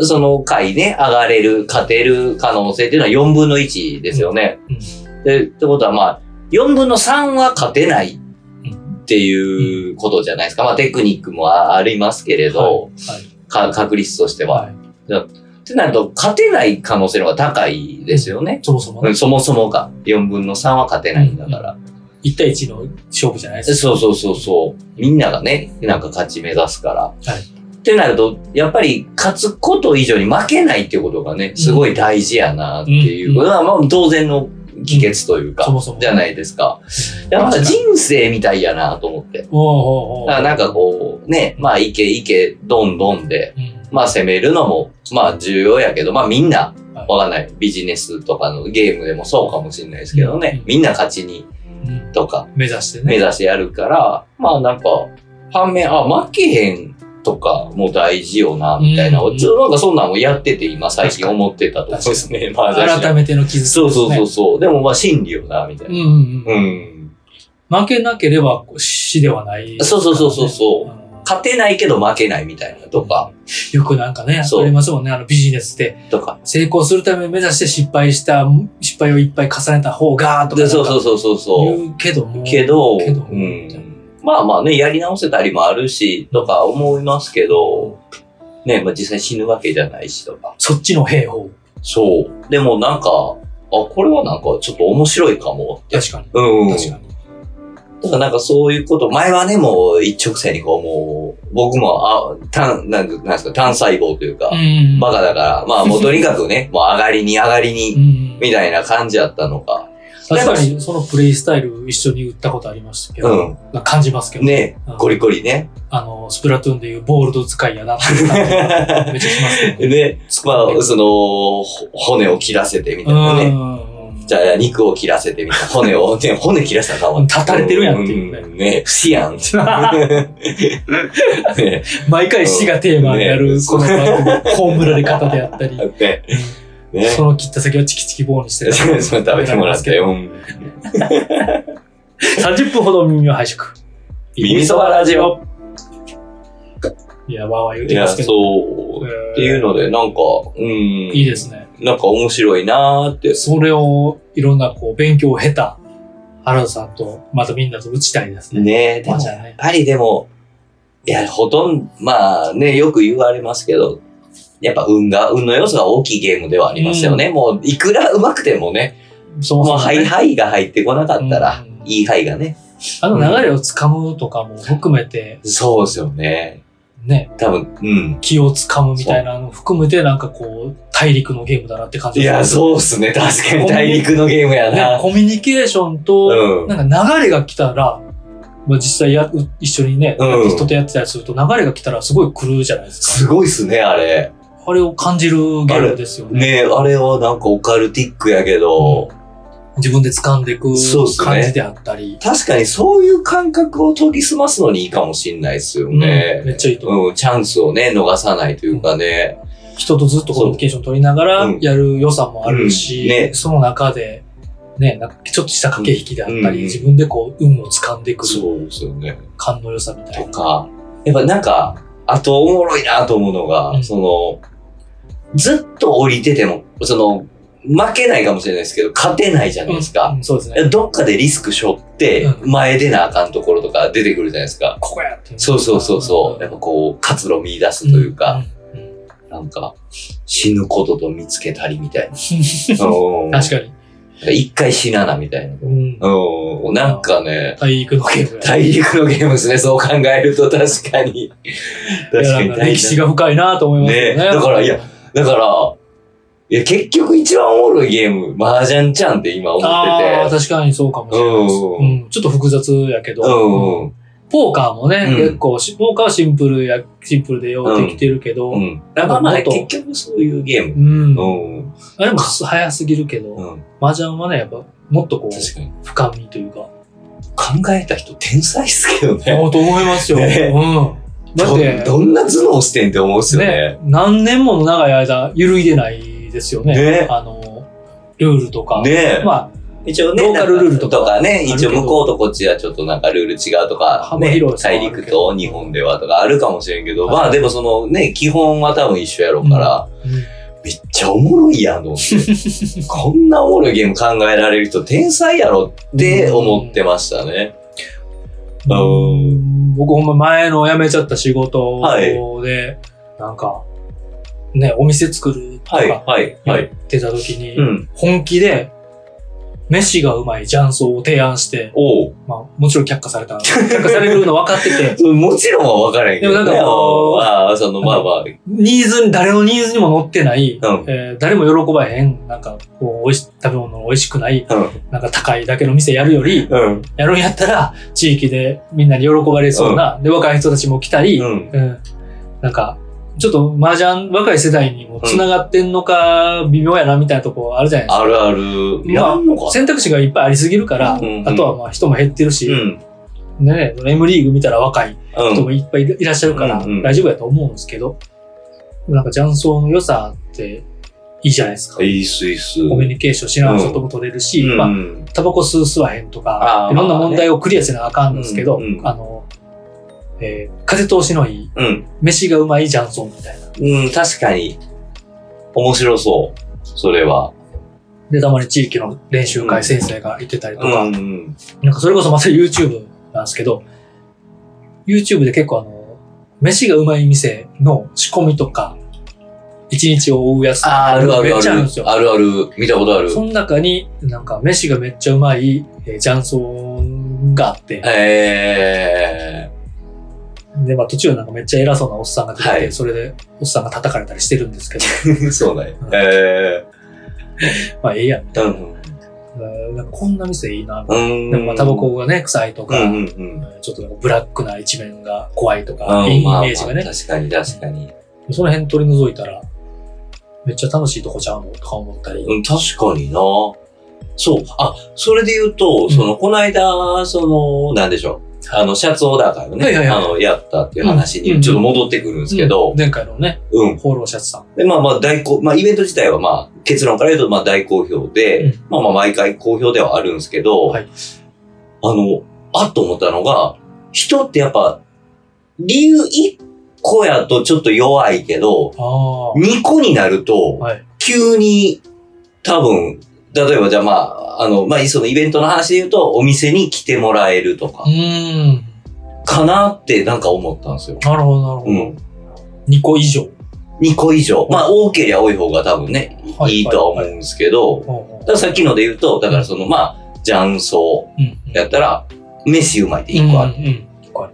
Speaker 2: その回ね、上がれる、勝てる可能性っていうのは4分の1ですよね。
Speaker 1: うん
Speaker 2: でってことはまあ、4分の3は勝てないっていうことじゃないですか。まあテクニックもあありますけれど、
Speaker 1: はい
Speaker 2: か確率としては。
Speaker 1: はい。
Speaker 2: ってなると、勝てない可能性の方が高いですよね。
Speaker 1: そもそも
Speaker 2: う
Speaker 1: ね
Speaker 2: んそもそもが4分の3は勝てないんだから。
Speaker 1: 1対1の勝負じゃないです
Speaker 2: そうそうそうそう。みんながね、なんか勝ち目指すから。
Speaker 1: はい
Speaker 2: ってなると、やっぱり勝つこと以上に負けないってことがね、すごい大事やなっていうことは、まあ当然の帰結という
Speaker 1: か。そ
Speaker 2: か、
Speaker 1: もそも。
Speaker 2: じゃ
Speaker 1: ない。
Speaker 2: ないですか。やっぱ人生みたいやなと思って。
Speaker 1: おうおうおう
Speaker 2: だからなんかこう、ね、まあいけいけ、どんどんで、
Speaker 1: うん
Speaker 2: まあ攻めるのも、まあ重要やけど、まあみんな
Speaker 1: はい、
Speaker 2: わかんない。ビジネスとかのゲームでもそうかもしれないですけどね
Speaker 1: う。ん
Speaker 2: みんな勝ちに
Speaker 1: うん
Speaker 2: とか
Speaker 1: 目指してね。
Speaker 2: 目指してやるから、まあなんか、反面、あ、負けへんとかも大事よな、みたいな。
Speaker 1: うん
Speaker 2: ちょっとなんかそんなんをやってて今最近思ってたとこ
Speaker 1: 確かに
Speaker 2: ですね。まあ
Speaker 1: 改めての傷
Speaker 2: そうそうそうそう。でもまあ真理よな、みたい
Speaker 1: うん
Speaker 2: な。
Speaker 1: うん
Speaker 2: う
Speaker 1: うん。
Speaker 2: ん。
Speaker 1: 負けなければ死ではない。
Speaker 2: そうそうそうそうそう
Speaker 1: うん
Speaker 2: 勝てないけど負けないみたいなとか、
Speaker 1: よくなんかね、
Speaker 2: そう
Speaker 1: ありますもんね、あのビジネスで。
Speaker 2: とか。
Speaker 1: 成功するために目指して失敗した、失敗をいっぱい重ねた方が、とか
Speaker 2: でそうそうそうそうそう。
Speaker 1: 言うけども。
Speaker 2: けど、
Speaker 1: けど
Speaker 2: うん、まあまあね、やり直せたりもあるし、とか思いますけど、ね、まあ実際死ぬわけじゃないしとか。
Speaker 1: そっちの兵法。
Speaker 2: そう。でもなんか、あ、これはなんかちょっと面白いかもって。
Speaker 1: 確かに。
Speaker 2: うん。
Speaker 1: 確かに。
Speaker 2: だからなんかそういうこと、前はね、もう一直線にこう、もう、僕も、あ、単、なんなんですか、単細胞というか、
Speaker 1: うん
Speaker 2: バカだから、まあもうとにかく
Speaker 1: [laughs]
Speaker 2: ね、もう上がりに上がりに、
Speaker 1: うん
Speaker 2: みたいな感じだったのか。
Speaker 1: 確かに、そのプレイスタイル一緒に打ったことありましたけ
Speaker 2: う
Speaker 1: ど、
Speaker 2: ん。
Speaker 1: なんか感じますけど、
Speaker 2: ね、
Speaker 1: うん
Speaker 2: コリコリね。
Speaker 1: あの、スプラトゥーンでいうボールド使いやなっていう感じめっちゃしますけど。
Speaker 2: [laughs] ね、まあ、その、ほ骨を切らせてみたいなね。
Speaker 1: ね
Speaker 2: じゃあ、肉を切らせてみたいな。骨を、ね、骨切らせたらあかんわ。
Speaker 1: 立たれてるやんっていうね
Speaker 2: んね、死やんって。ね、
Speaker 1: 毎回死がテーマになる、この番組、葬られ方であったり、
Speaker 2: [laughs] ね、ね。
Speaker 1: その切った先をチキチキ棒にして
Speaker 2: それ食べてもら
Speaker 1: [laughs]
Speaker 2: って。うん
Speaker 1: 30分ほど耳を拝借。
Speaker 2: 耳そばラジオ。
Speaker 1: いや、わーわー言う
Speaker 2: い
Speaker 1: てま
Speaker 2: や、
Speaker 1: すけど。
Speaker 2: そう。っていうので、なんか、うん。。
Speaker 1: いいですすね。
Speaker 2: なんか面白いなーって。
Speaker 1: それを、いろんなこう、勉強を経た原田さんと、またみんなと打ちたいですね。
Speaker 2: ねで
Speaker 1: ま
Speaker 2: も
Speaker 1: あ
Speaker 2: や
Speaker 1: じ
Speaker 2: っ
Speaker 1: ゃあね。
Speaker 2: ぱりでも、いや、ほとんど、まあね、よく言われますけど、やっぱ運が、運の要素が大きいゲームではありますよね。もう、いくら上手くてもね、
Speaker 1: そもそ
Speaker 2: も
Speaker 1: も
Speaker 2: うハ
Speaker 1: ね、
Speaker 2: イハイが入ってこなかったら、
Speaker 1: うん
Speaker 2: いいハイがね。
Speaker 1: あの流れをつかむとかも含めて、
Speaker 2: そうですよね。
Speaker 1: ね、
Speaker 2: 多分、うん。
Speaker 1: 気をつかむみたいなのを含めて、なんかこう、大陸のゲームだなって感じ
Speaker 2: い
Speaker 1: が
Speaker 2: や、
Speaker 1: する
Speaker 2: そうっすね。確かに大陸のゲームや
Speaker 1: ね
Speaker 2: な。
Speaker 1: コミュニケーションと、
Speaker 2: うん。
Speaker 1: なんか流れが来たら、まあ、実際やう一緒にね、
Speaker 2: うん
Speaker 1: 人とやってたりすると流れが来たらすごい来るじゃないです
Speaker 2: す
Speaker 1: か。
Speaker 2: ごいっすね、あれ。
Speaker 1: あれを感じるゲームですよね。
Speaker 2: ねあれはなんかオカルティックやけど、
Speaker 1: 自分で掴んでいく
Speaker 2: そうっすね
Speaker 1: 感じであったり。
Speaker 2: 確かにそういう感覚を研ぎ澄ますのにいいかもしれないですよね。
Speaker 1: うんめっちゃいいと思
Speaker 2: うん、チャンスをね、逃さないというかね。
Speaker 1: 人とずっとコミュニケーション取りながら
Speaker 2: うん
Speaker 1: やる良さもあるし、
Speaker 2: うんね
Speaker 1: その中で、ね、なんかちょっとした駆け引きであったり、
Speaker 2: うん
Speaker 1: 自分でこう、運を掴んでくる
Speaker 2: そうですよね。
Speaker 1: 感の良さみたい
Speaker 2: と
Speaker 1: な。
Speaker 2: か、やっぱなんか、あとおもろいなと思うのが、
Speaker 1: うん
Speaker 2: その、ずっと降りてても、その、負けないかもしれないですけど、勝てないじゃないですか。
Speaker 1: うんそうですね。
Speaker 2: どっかでリスク背負って、
Speaker 1: う
Speaker 2: 前出なあかんところとか出てくるじゃないですか。
Speaker 1: ここやってい
Speaker 2: そうそうそうそう。やっぱこう、活路見出すというか、、
Speaker 1: うんうんうん
Speaker 2: なんか、死ぬことと見つけたりみ
Speaker 1: [laughs]
Speaker 2: たいな。確
Speaker 1: 確かに。
Speaker 2: 一回死ななみたいな。
Speaker 1: うん
Speaker 2: うん。なんかね、
Speaker 1: 体育のゲ
Speaker 2: [laughs]
Speaker 1: ームや。
Speaker 2: 大陸のゲームですね、そう考えると確かに。
Speaker 1: いや
Speaker 2: 確か
Speaker 1: なん
Speaker 2: に
Speaker 1: か
Speaker 2: 大
Speaker 1: 歴史
Speaker 2: 陸。
Speaker 1: が深いなと思いますよね。
Speaker 2: ねだからいや、だから、いや、結局一番おもろいゲーム、麻雀ちゃんって今思
Speaker 1: ああ、
Speaker 2: ってて。
Speaker 1: 確かにそうかもしれないです。
Speaker 2: うん
Speaker 1: うんちょっと複雑やけど、
Speaker 2: うん。
Speaker 1: ポーカーもね、
Speaker 2: うん
Speaker 1: 結構し、ポーカーはシンプルや、シンプルでようできてるけど、う。
Speaker 2: うんん。だからまあ、結局そういうゲーム。うん。
Speaker 1: あれも早すぎるけど、
Speaker 2: うん。
Speaker 1: 麻雀はね、やっぱ、もっとこう、
Speaker 2: 確かに。
Speaker 1: 深みというか。
Speaker 2: 考えた人天才っすけどね。
Speaker 1: うと思いますよ。
Speaker 2: ね
Speaker 1: うん。だ
Speaker 2: ど
Speaker 1: って、
Speaker 2: どんな頭脳してんって思うっすよね。
Speaker 1: ね、何年もの長い間、揺るいでないですよね。
Speaker 2: ね
Speaker 1: あの、ルールとか。
Speaker 2: ねえ。
Speaker 1: ま
Speaker 2: 一応ね、
Speaker 1: ローカルルールとか
Speaker 2: なんね、
Speaker 1: ある
Speaker 2: 一
Speaker 1: け
Speaker 2: 応
Speaker 1: ど
Speaker 2: 向こうとこっちはちょっとなんかルール違うとか、
Speaker 1: 幅
Speaker 2: ね
Speaker 1: 広、さはあ
Speaker 2: 大
Speaker 1: るけど
Speaker 2: 陸と日本ではとかあるかもしれんけど、
Speaker 1: はい
Speaker 2: まあでもそのね、基本は多分一緒やろうから、
Speaker 1: あ、うん
Speaker 2: めっちゃおもろいやんと思
Speaker 1: [laughs]
Speaker 2: って、こんなおもろいゲーム考えられる人天才やろって思ってましたね。う
Speaker 1: 僕ほんま前の辞めちゃった仕事
Speaker 2: はい
Speaker 1: で、なんか、ね、お店作ると
Speaker 2: はい、
Speaker 1: か
Speaker 2: はい、は
Speaker 1: 言
Speaker 2: い。
Speaker 1: ってた時に、
Speaker 2: うん。
Speaker 1: 本気で、飯がうまい雀荘を提案して、
Speaker 2: おう。
Speaker 1: まあ、もちろん却下された。却下されるの分かってて、 [laughs]
Speaker 2: それもちろんは分からへんけど、ね。
Speaker 1: でもなんかこう
Speaker 2: ああ、その、まあまあ、
Speaker 1: ニーズに、誰のニーズにも乗ってない、
Speaker 2: うん
Speaker 1: えー誰も喜ばへん、なんか、こう、美味し、食べ物美味しくない、
Speaker 2: うん
Speaker 1: なんか高いだけの店やるより、
Speaker 2: うん。
Speaker 1: やるんやったら、地域でみんなに喜ばれそうな、で、若い人たちも来たり、
Speaker 2: うん。
Speaker 1: うん。なんか、ちょっと麻雀、若い世代にも繋がってんのか、微妙やなみたいなとこあるじゃないですか。
Speaker 2: あるある。やんのか
Speaker 1: 選択肢がいっぱいありすぎるから、
Speaker 2: うんうん
Speaker 1: あとはまあ人も減ってるし、
Speaker 2: うん。
Speaker 1: ね、M リーグ見たら若い
Speaker 2: うん
Speaker 1: 人もいっぱいいらっしゃるから
Speaker 2: うんうん
Speaker 1: 大丈夫やと思うんですけど、なんか雀荘の良さっていいじゃないですか。
Speaker 2: いいっす、いいっす。
Speaker 1: コミュニケーションしながら外も取れるし、
Speaker 2: うん
Speaker 1: まあ、タバコ吸う吸わへんとか
Speaker 2: あ、ー
Speaker 1: いろんな問題をクリアせなあかんんですけど、
Speaker 2: うんうん
Speaker 1: あの、えー風通しのいい、
Speaker 2: うん。
Speaker 1: 飯がうまい雀荘みたいな。
Speaker 2: うん、確かに。面白そう。それは。
Speaker 1: で、たまに地域の練習
Speaker 2: う
Speaker 1: 会
Speaker 2: ん
Speaker 1: 先生が行ってたりとか、
Speaker 2: うんうん。
Speaker 1: なんかそれこそまた YouTube なんですけど、YouTube で結構あの、飯がうまい店の仕込みとか、一日を追うやつとか
Speaker 2: あーあるある
Speaker 1: め
Speaker 2: あ
Speaker 1: っちゃ
Speaker 2: る
Speaker 1: あるんです。よ。
Speaker 2: あるある。見たことある。
Speaker 1: その中に、なんか飯がめっちゃうまい、えー、雀荘があって、
Speaker 2: え
Speaker 1: で、まあ途中なんかめっちゃ偉そうなおっさんが出てきて、
Speaker 2: はい
Speaker 1: それでおっさんが叩かれたりしてるんですけど、
Speaker 2: ー。 [laughs] そうなんや。え
Speaker 1: まあええやん。
Speaker 2: ー。うん。
Speaker 1: うんなんかこんな店いいな、みたい
Speaker 2: うん。
Speaker 1: なでもまあタバコがね、臭いと
Speaker 2: う
Speaker 1: か、
Speaker 2: んうんうん。
Speaker 1: ちょっとなんかブラックな一面が怖いとか、
Speaker 2: あ
Speaker 1: いいイ
Speaker 2: まあまあ
Speaker 1: メージがね、
Speaker 2: 確かに確かに。
Speaker 1: その辺取り除いたら、めっちゃ楽しいとこちゃうのとか思ったり。
Speaker 2: うん、確かにな。そう。あ、それで言うと、
Speaker 1: ん
Speaker 2: その、この間、その、なんでしょう。あの、シャツオーダー会をね、
Speaker 1: はいはいはい
Speaker 2: あの、やったっていう話
Speaker 1: うん
Speaker 2: に、ちょっと戻ってくるんですけ
Speaker 1: う
Speaker 2: ど
Speaker 1: ん、前回のね、
Speaker 2: うん。
Speaker 1: 放浪シャツさん。
Speaker 2: で、まあまあ大好、まあイベント自体はまあ結論から言うとまあ大好評で、
Speaker 1: うん
Speaker 2: まあまあ毎回好評ではあるんですけど、
Speaker 1: はい
Speaker 2: あの、あっと思ったのが、人ってやっぱ、理由1個やとちょっと弱いけど、
Speaker 1: あ
Speaker 2: 2個になると、
Speaker 1: はい
Speaker 2: 急に多分、例えばじゃあまあ、あの、まあそのイベントの話で言うと、お店に来てもらえるとか
Speaker 1: う、ーん。
Speaker 2: かなってなんか思ったんですよ。
Speaker 1: なるほど、なるほど。
Speaker 2: うん。
Speaker 1: 2個以上。
Speaker 2: 2個以上。まあ多けりゃ多い方が多分ね、
Speaker 1: はい
Speaker 2: いいとは思うんですけど、
Speaker 1: うんうん
Speaker 2: だからさっきので言うと、だからそのまあ、雀荘
Speaker 1: うん
Speaker 2: やったら、飯うまいって一個ある。
Speaker 1: うんうん一個ある。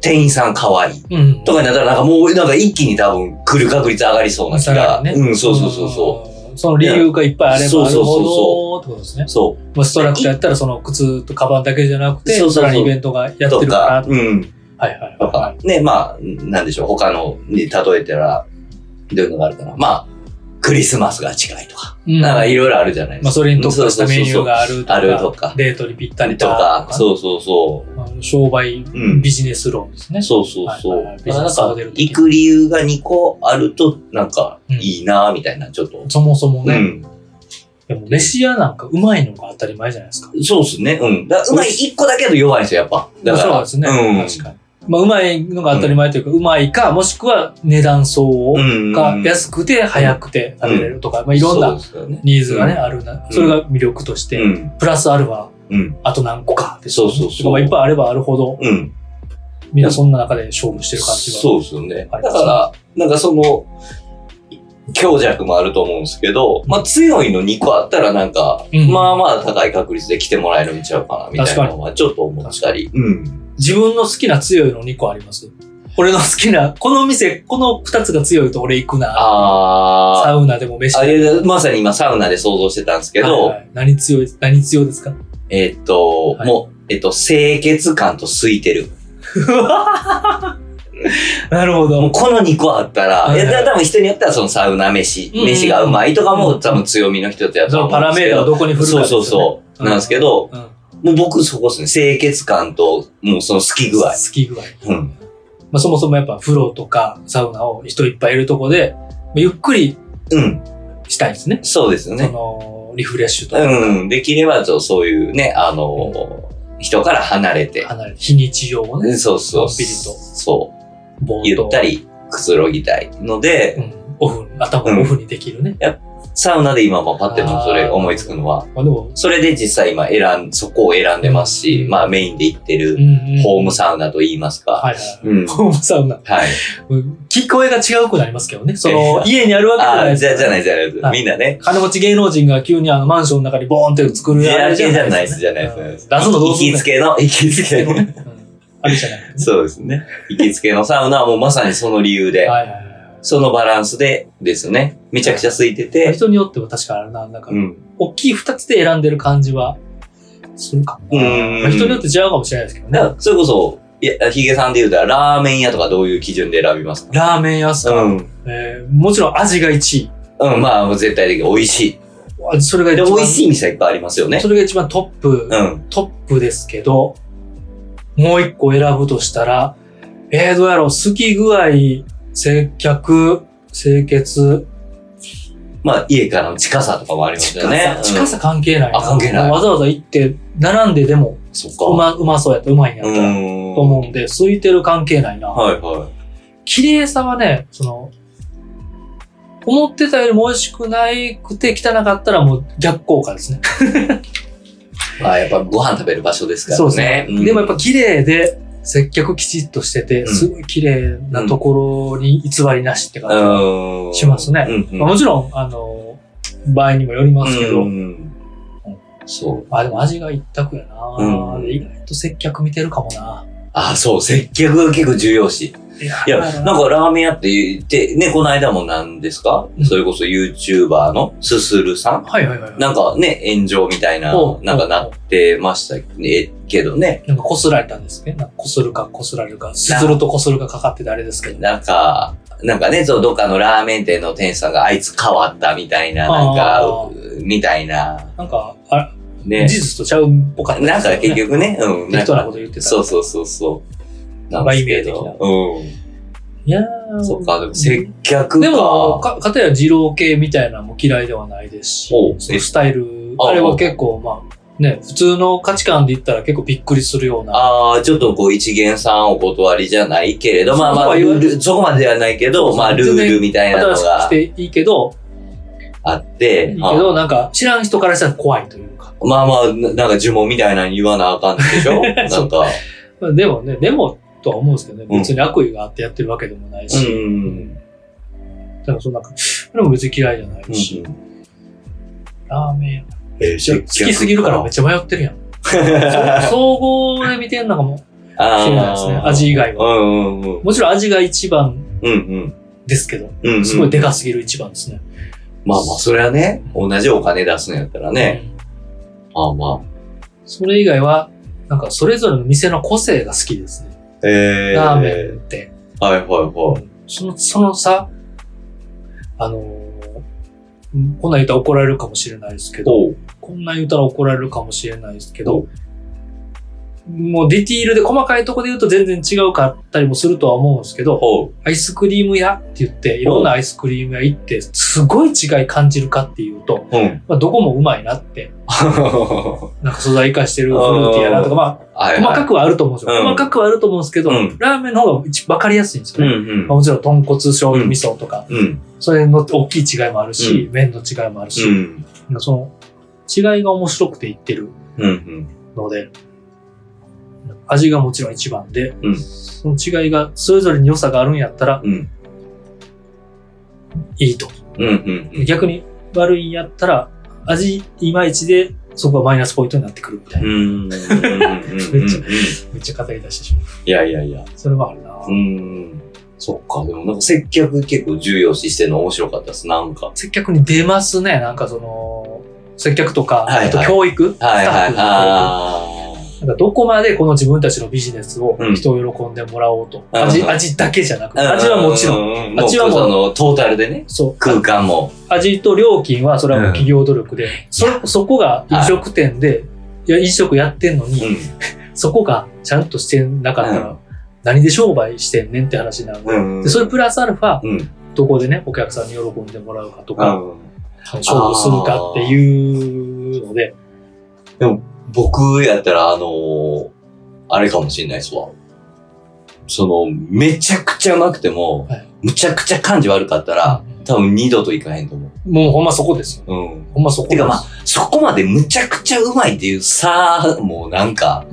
Speaker 2: 店員さん可愛い。
Speaker 1: うん。
Speaker 2: とかになったらなんかもうなんか一気に多分来る確率上がりそうな気
Speaker 1: さら
Speaker 2: が。
Speaker 1: にね。
Speaker 2: うん、そうそうそうそう。
Speaker 1: うん。その理由がいっぱいあればある
Speaker 2: そうそう
Speaker 1: ほど
Speaker 2: そ
Speaker 1: ってことですね。
Speaker 2: そ
Speaker 1: まあストラクターやったらその靴とカバンだけじゃなくて、
Speaker 2: そうそうそう
Speaker 1: さらにイベントがや
Speaker 2: う。
Speaker 1: って
Speaker 2: と
Speaker 1: るか
Speaker 2: か、
Speaker 1: ら。
Speaker 2: うん。
Speaker 1: はいはい
Speaker 2: と
Speaker 1: は
Speaker 2: か、ね、まあ、なんでしょう。他のに例えたら、どういうのがあるかな。まあ、クリスマスが近いとか。
Speaker 1: い。
Speaker 2: なんかい
Speaker 1: い。
Speaker 2: ろいろあるじゃないですか。
Speaker 1: まあそれに特化したメニュー
Speaker 2: が
Speaker 1: があるとか、
Speaker 2: あるとか。
Speaker 1: デートにぴったり
Speaker 2: とか、そうそうそう。
Speaker 1: あの商売
Speaker 2: うん
Speaker 1: ビジネス論ですね。
Speaker 2: そうそうそ
Speaker 1: は
Speaker 2: う。
Speaker 1: いはいは
Speaker 2: ないん
Speaker 1: ビジネス
Speaker 2: か
Speaker 1: モデル、的
Speaker 2: 行
Speaker 1: な
Speaker 2: く理由が2個あると、なんか、いいなみたいな、ちょっと。
Speaker 1: そもそも
Speaker 2: う
Speaker 1: ね、
Speaker 2: ん。
Speaker 1: でも飯屋なんかうまいのが当たり前じゃないですか。
Speaker 2: そうですね。うん。だうまい1個だけど弱いんですよ、やっぱ。だか
Speaker 1: そう
Speaker 2: ら。
Speaker 1: ですね。
Speaker 2: うん。
Speaker 1: 確かに。まあ、うまいのが当たり前というか、うまいか、もしくは値段相応
Speaker 2: うん。
Speaker 1: が安くて早くて食べれるとか、まあ、いろん
Speaker 2: そう
Speaker 1: な
Speaker 2: ですよね
Speaker 1: ニーズがね、
Speaker 2: う
Speaker 1: あるな。それが魅力とし
Speaker 2: う
Speaker 1: て、
Speaker 2: ん。
Speaker 1: プラスアルファ、
Speaker 2: うん。
Speaker 1: あと何個かって。
Speaker 2: そうそうそう
Speaker 1: まあ、いっぱいあればあるほど、
Speaker 2: うん。
Speaker 1: みんなそんな中で勝負してる感じが。
Speaker 2: そうですよね。
Speaker 1: あ
Speaker 2: だ
Speaker 1: りますね
Speaker 2: から、なんかその、強弱もあると思うんですけど、まあ強いの2個あったらなんか、
Speaker 1: うん
Speaker 2: まあまあ高い確率で来てもらえるんちゃうかな、みたいなのはちょっと思ったり。うん。
Speaker 1: 自分の好きな強いの2個あります。俺の好きな、この店、この2つが強いと俺行くな。
Speaker 2: あー。
Speaker 1: サウナでも飯
Speaker 2: あれ、まさに今サウナで想像してたんですけど、
Speaker 1: はいはい何強い、何強いですか
Speaker 2: えっと、
Speaker 1: はい
Speaker 2: もう、えっと、清潔感と空いてる。
Speaker 1: なるほ
Speaker 2: もう
Speaker 1: ど。
Speaker 2: この2個あった
Speaker 1: は
Speaker 2: ら、
Speaker 1: い
Speaker 2: い
Speaker 1: はい
Speaker 2: や、多分人によってはそのサウナ飯、
Speaker 1: うんうん
Speaker 2: 飯がうまいとかも多分強みの一つや
Speaker 1: そ
Speaker 2: と
Speaker 1: の
Speaker 2: 思
Speaker 1: パ
Speaker 2: うん
Speaker 1: ラ
Speaker 2: です
Speaker 1: メー
Speaker 2: け
Speaker 1: タを
Speaker 2: ど。
Speaker 1: どこに振るか、
Speaker 2: そうそうそう。なんですけど、
Speaker 1: うん。
Speaker 2: もう僕そこですね。清潔感と、もうその好き具合。
Speaker 1: 好き具合。
Speaker 2: うん。
Speaker 1: まあ、そもそもやっぱ風呂とかサウナを人いっぱいいるとこで、まあゆっくり
Speaker 2: うん。
Speaker 1: したいですね。
Speaker 2: そうですよ
Speaker 1: そ
Speaker 2: ね。
Speaker 1: の、リフレッシュとか、
Speaker 2: うん。できれば、そうそういうね、あの人から離れて。
Speaker 1: 離れて、非日常をね、
Speaker 2: そうそう。
Speaker 1: のんびりと
Speaker 2: そう。
Speaker 1: ぼ
Speaker 2: ゆ
Speaker 1: ーっと
Speaker 2: ったりくつろぎたいので、
Speaker 1: うん、オフ、頭をオフにできるね。
Speaker 2: サウナで今もパッてもそれ思いつくのは、
Speaker 1: まあでも、
Speaker 2: それで実際今選ん、そこを選んでますし、まあメインで行ってる
Speaker 1: ん
Speaker 2: ホーム
Speaker 1: サ
Speaker 2: サウナと言います
Speaker 1: ウナ。
Speaker 2: か。
Speaker 1: はいはい。
Speaker 2: [laughs] うん。
Speaker 1: ホームサウナ。
Speaker 2: はい。
Speaker 1: うん聞こえが違うくなりますけどね。その、
Speaker 2: え
Speaker 1: 家にあるわけじゃ
Speaker 2: あ
Speaker 1: ない
Speaker 2: あ、
Speaker 1: です
Speaker 2: じゃあじゃないじゃない
Speaker 1: はい
Speaker 2: みんなね。
Speaker 1: 金持ち芸能人が急にあのマンションの中にボーンって作る
Speaker 2: いや
Speaker 1: あれ
Speaker 2: じゃあじゃないです、じゃない
Speaker 1: うん
Speaker 2: です。
Speaker 1: 出すのどうすんね
Speaker 2: 行き
Speaker 1: ん
Speaker 2: つけの、行きつけ
Speaker 1: の
Speaker 2: の。
Speaker 1: ね。うんあれじゃない。
Speaker 2: [laughs] そうですね。行きつけのサウナはもうまさにその理由で、
Speaker 1: はいはいは
Speaker 2: そのバランスでですね。めちゃくちゃ空いて
Speaker 1: い。
Speaker 2: て、
Speaker 1: 人によっては確かあれな、なんか
Speaker 2: う、ん。
Speaker 1: 大きい二つで選んでる感じは、するかもな。
Speaker 2: うん
Speaker 1: まあ人によって違うかもしれないですけどね
Speaker 2: だ。からそれこそ、いや、ヒゲさんで言うたら、ラーメン屋とかどういう基準で選びますか
Speaker 1: ラーメン屋さん、
Speaker 2: うん。
Speaker 1: えーもちろん味が1位
Speaker 2: うん、まあ、もう絶対的に美味しい。
Speaker 1: あ。それが一
Speaker 2: で、
Speaker 1: 番、
Speaker 2: 美味しい店はいっぱいありますよね。
Speaker 1: それが一番トップ、
Speaker 2: うん。
Speaker 1: トップですけど、もう一個選ぶとしたら、えー、どうやろう、好き具合、接客、清潔、
Speaker 2: まあ、家からの近さとかもありますよね。うん
Speaker 1: 近さ関係ないな、
Speaker 2: あ関係ない
Speaker 1: わざわざ行って、並んででも、
Speaker 2: そっ
Speaker 1: う
Speaker 2: か。
Speaker 1: ま、うまそうやった、うまいんやった
Speaker 2: う
Speaker 1: ら、
Speaker 2: ん。
Speaker 1: と思うんで、空いてる関係ないな。
Speaker 2: はいは
Speaker 1: 綺麗さはね、その、思ってたよりも美味しくないくて汚かったらもう逆効果ですね。
Speaker 2: い。まあ、やっぱご飯食べる場所ですからね。ん
Speaker 1: でもやっぱ綺麗で、接客きちっとしてて、
Speaker 2: うん
Speaker 1: すごい綺麗なところに偽りなしって感じ。
Speaker 2: うん。
Speaker 1: しますね
Speaker 2: うんうん。
Speaker 1: まあもちろん、あの、場合にもよりますけど、
Speaker 2: うんそう。
Speaker 1: あ、でも味が一択やな、
Speaker 2: うん
Speaker 1: 意外と接客見てるかもな。
Speaker 2: あ、そう。接客が結構重要視。
Speaker 1: いや
Speaker 2: いや、なんかラーメン屋って言って、ね、この間も何ですか、
Speaker 1: うん
Speaker 2: それこそ YouTuber のすするさん
Speaker 1: はいはいはいはい。
Speaker 2: なんかね、炎上みたいな
Speaker 1: おう、
Speaker 2: なんかなってましたねけどね。
Speaker 1: なんかこすられたんですね。なんかこするかこすられるか、すずるとこするかかかっててあれですけど。
Speaker 2: なんか、なんかね、そう、どっかのラーメン店の店主さんがあいつ変わったみたいな、なん
Speaker 1: あ
Speaker 2: か、みたいな、
Speaker 1: なんか、あ
Speaker 2: ね。
Speaker 1: 事実とちゃうんっぽかった
Speaker 2: なんか結
Speaker 1: 局、
Speaker 2: 局ね、うん。
Speaker 1: 適当なこと
Speaker 2: と
Speaker 1: 言ってた。
Speaker 2: そうそうそうそう。なんですけ
Speaker 1: まあ
Speaker 2: ど。う
Speaker 1: いやー
Speaker 2: ん。そっか、でも接客か。
Speaker 1: でも、か、かたや二郎系みたいなのも嫌いではないですし、
Speaker 2: おう
Speaker 1: そのスタイル、
Speaker 2: あ
Speaker 1: あれは結構、まあ、ね、普通の価値観で言ったら結構びっくりするような。
Speaker 2: ああ、ちょっとこう一元さんお断りじゃないけれど、まあま
Speaker 1: そこは
Speaker 2: あ、
Speaker 1: 言わ
Speaker 2: ル
Speaker 1: ない
Speaker 2: ール、そこまではないけ
Speaker 1: そう
Speaker 2: ど、
Speaker 1: そう
Speaker 2: まあルールみたいな
Speaker 1: 新
Speaker 2: の
Speaker 1: しくし
Speaker 2: が
Speaker 1: ていいけど、
Speaker 2: あっ
Speaker 1: い
Speaker 2: て、
Speaker 1: いけ
Speaker 2: あ
Speaker 1: ど、なんか、知らん人からしたら怖いというか。
Speaker 2: まあまあ、ななんか呪文みたいなの言わなあかんで
Speaker 1: [laughs]
Speaker 2: しょなん
Speaker 1: そう
Speaker 2: か、
Speaker 1: まあでもね、でも、とは思うんですけどね、
Speaker 2: うん
Speaker 1: 別に悪意があってやってるわけでもないうし、
Speaker 2: ん。
Speaker 1: でもそのなんか、それも別に嫌いじゃないし、ラーメン屋
Speaker 2: えー [laughs]
Speaker 1: 好きすぎるからめっちゃ迷ってるやん。
Speaker 2: 接客か
Speaker 1: 総合で見てんのかも、
Speaker 2: あー
Speaker 1: そうなんですね。味以外
Speaker 2: う
Speaker 1: は。
Speaker 2: んうんうん。
Speaker 1: もちろん味が一番
Speaker 2: うんうん
Speaker 1: ですけど、
Speaker 2: うんうん。
Speaker 1: すごいでかすぎる一番ですね。
Speaker 2: まあまあ、それはね、同じお金出すんやったらね。
Speaker 1: うん
Speaker 2: まあま
Speaker 1: それ以外は、なんかそれぞれの店の個性が好きですね。
Speaker 2: あ。えー。
Speaker 1: ラーメンって。
Speaker 2: はいはいはい。
Speaker 1: その、そのさ、あのーうんこんなん言うたら怒られるかもしれないですけど、
Speaker 2: おう。
Speaker 1: こんなん言うたら怒られるかもしれないですけ
Speaker 2: お
Speaker 1: ど、もうディティールで細かいとこで言うと全然違うかったりもするとは思うんですけど、
Speaker 2: おう。
Speaker 1: アイスクリーム屋って言って、いろんなアイスクリーム屋行って、すごい違い感じるかっていうと、
Speaker 2: うん。 [laughs]
Speaker 1: まあ、どこもうまいなって、
Speaker 2: は
Speaker 1: なんか素材化してるフルーティーやなとか、まあ、
Speaker 2: いはい。
Speaker 1: 細かくはあると思うんですよ。
Speaker 2: うん
Speaker 1: 細かくはあると思うんですけど、
Speaker 2: うん
Speaker 1: ラーメンの方が一番わかりやすいんです
Speaker 2: う
Speaker 1: よ
Speaker 2: ん
Speaker 1: ね。
Speaker 2: うん
Speaker 1: まあ。もちろん豚骨醤油味噌とか、
Speaker 2: うん。
Speaker 1: それの大きい違いもあるし、
Speaker 2: う
Speaker 1: 麺の違いもある
Speaker 2: う
Speaker 1: し、
Speaker 2: ん。
Speaker 1: その違いが面白くて言ってる
Speaker 2: うんうん。
Speaker 1: ので、味がもちろん一番で、
Speaker 2: うん
Speaker 1: その違いがそれぞれに良さがあるんやったら
Speaker 2: うん。
Speaker 1: いいと。
Speaker 2: うんうん。
Speaker 1: 逆に悪いんやったら、味いまいちでそこがマイナスポイントになってくるみたいな。
Speaker 2: うん。
Speaker 1: めっちゃめっちゃ語り出してしまう。
Speaker 2: いやいやいや。
Speaker 1: それはあるな、
Speaker 2: うん。そっか。でもなんか接客結構重要視してるの面白かったです。なんか。
Speaker 1: 接客に出ますね。なんかその、接客とか、
Speaker 2: はいはい
Speaker 1: あと教育、
Speaker 2: はいはいはい。
Speaker 1: スタッフの教育
Speaker 2: あ
Speaker 1: なんかどこまでこの自分たちのビジネスを
Speaker 2: うん
Speaker 1: 人を喜んでもらおうと。
Speaker 2: うん
Speaker 1: 味、味だけじゃなくて、
Speaker 2: ー
Speaker 1: 味はもちろん。
Speaker 2: ん
Speaker 1: 味はもう
Speaker 2: その、トータルでね。
Speaker 1: そう。
Speaker 2: 空間も。
Speaker 1: 味と料金はそれはもう企業努力で、そ、そこが飲食店で、いや、飲食やってんのに、
Speaker 2: ん。
Speaker 1: そこがちゃんとしてなかったら、
Speaker 2: うん
Speaker 1: 何で商売してんねんって話になるので、
Speaker 2: うん
Speaker 1: でそれプラスアルファ、
Speaker 2: うん。
Speaker 1: どこでね、お客さんに喜んでもらうかと
Speaker 2: う
Speaker 1: か、
Speaker 2: ん。
Speaker 1: 勝負するかっていうので、
Speaker 2: 僕やったら、あのーあれかもしれないっすわ。その、めちゃくちゃうまくても、
Speaker 1: はい
Speaker 2: むちゃくちゃ感じ悪かったら、多分二度といかへんと思
Speaker 1: もうほんまそこですよ。
Speaker 2: う。うん。
Speaker 1: ほんまそこです。
Speaker 2: てかまあ、そこまでむちゃくちゃうまいっていうさ、もうなんか、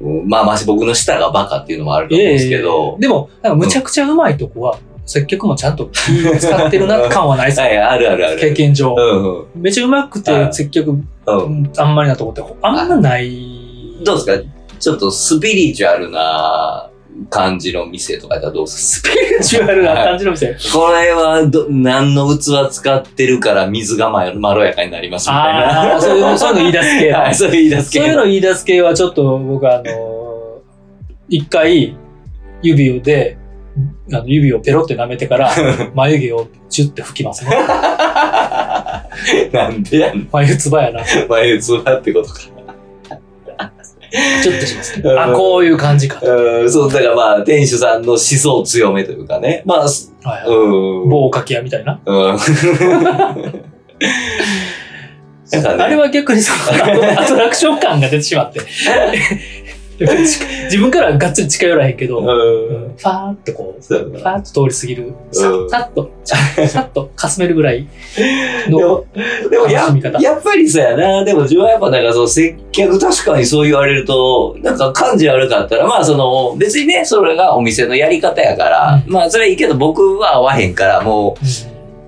Speaker 1: うん
Speaker 2: うんまあまあ僕の舌がバカっていうのもあると思うんですけど、
Speaker 1: でも、なんかむちゃくちゃうまいとこは、接客もちゃんと気使ってるな感はないです
Speaker 2: はい、 [laughs] あるあるある。
Speaker 1: 経験上
Speaker 2: う。んうん。
Speaker 1: めちゃうまく
Speaker 2: は
Speaker 1: て
Speaker 2: い
Speaker 1: 接客
Speaker 2: うん。
Speaker 1: [laughs] あんまりなとこってあんまない。
Speaker 2: どうですかちょっとスピリチュアルな感じの店とかやったらどうです
Speaker 1: スピリチュアルな感じの店。
Speaker 2: かこれはど、何の器使ってるから水がままろやかになりますみたいな。
Speaker 1: ああ、そういうそういうの言い出す系。
Speaker 2: [laughs] はい、そういう言い出すけ
Speaker 1: そういうの言い出す系はちょっと僕あの、一回指で、あの指をペロって舐めてから、
Speaker 2: [laughs]
Speaker 1: 眉毛をチュッて吹きますね。
Speaker 2: なんでやん。
Speaker 1: 眉唾やな。チ
Speaker 2: 前器ってことか。
Speaker 1: ュッてします
Speaker 2: [laughs]
Speaker 1: ね。あ、こういう感じかと。
Speaker 2: うん、そう、だからまあ、店主さんの思想強めというかね。まあ、す
Speaker 1: はいはい
Speaker 2: うん。
Speaker 1: 棒かき屋みたいな。
Speaker 2: うん。なんかね、
Speaker 1: あれは逆にそのアトラクション感が出てし
Speaker 2: [laughs]
Speaker 1: まって。自分からはがっつり近寄らへんけど、フ
Speaker 2: う
Speaker 1: ァ
Speaker 2: ん。
Speaker 1: ーっとこう、
Speaker 2: そうやな
Speaker 1: ファーっと通り過ぎる。
Speaker 2: う
Speaker 1: さ
Speaker 2: ん
Speaker 1: さっと、さっとかすめるぐらい
Speaker 2: で
Speaker 1: の
Speaker 2: も、でもや
Speaker 1: 楽しみ方
Speaker 2: やっぱりそうやな。でも自分はやっぱなんかその接客確かにそう言われると、なんか感じ悪かったら、まあその別にね、それがお店のやり方やから、
Speaker 1: うん
Speaker 2: まあそれはいいけど僕は合わへんから、も
Speaker 1: う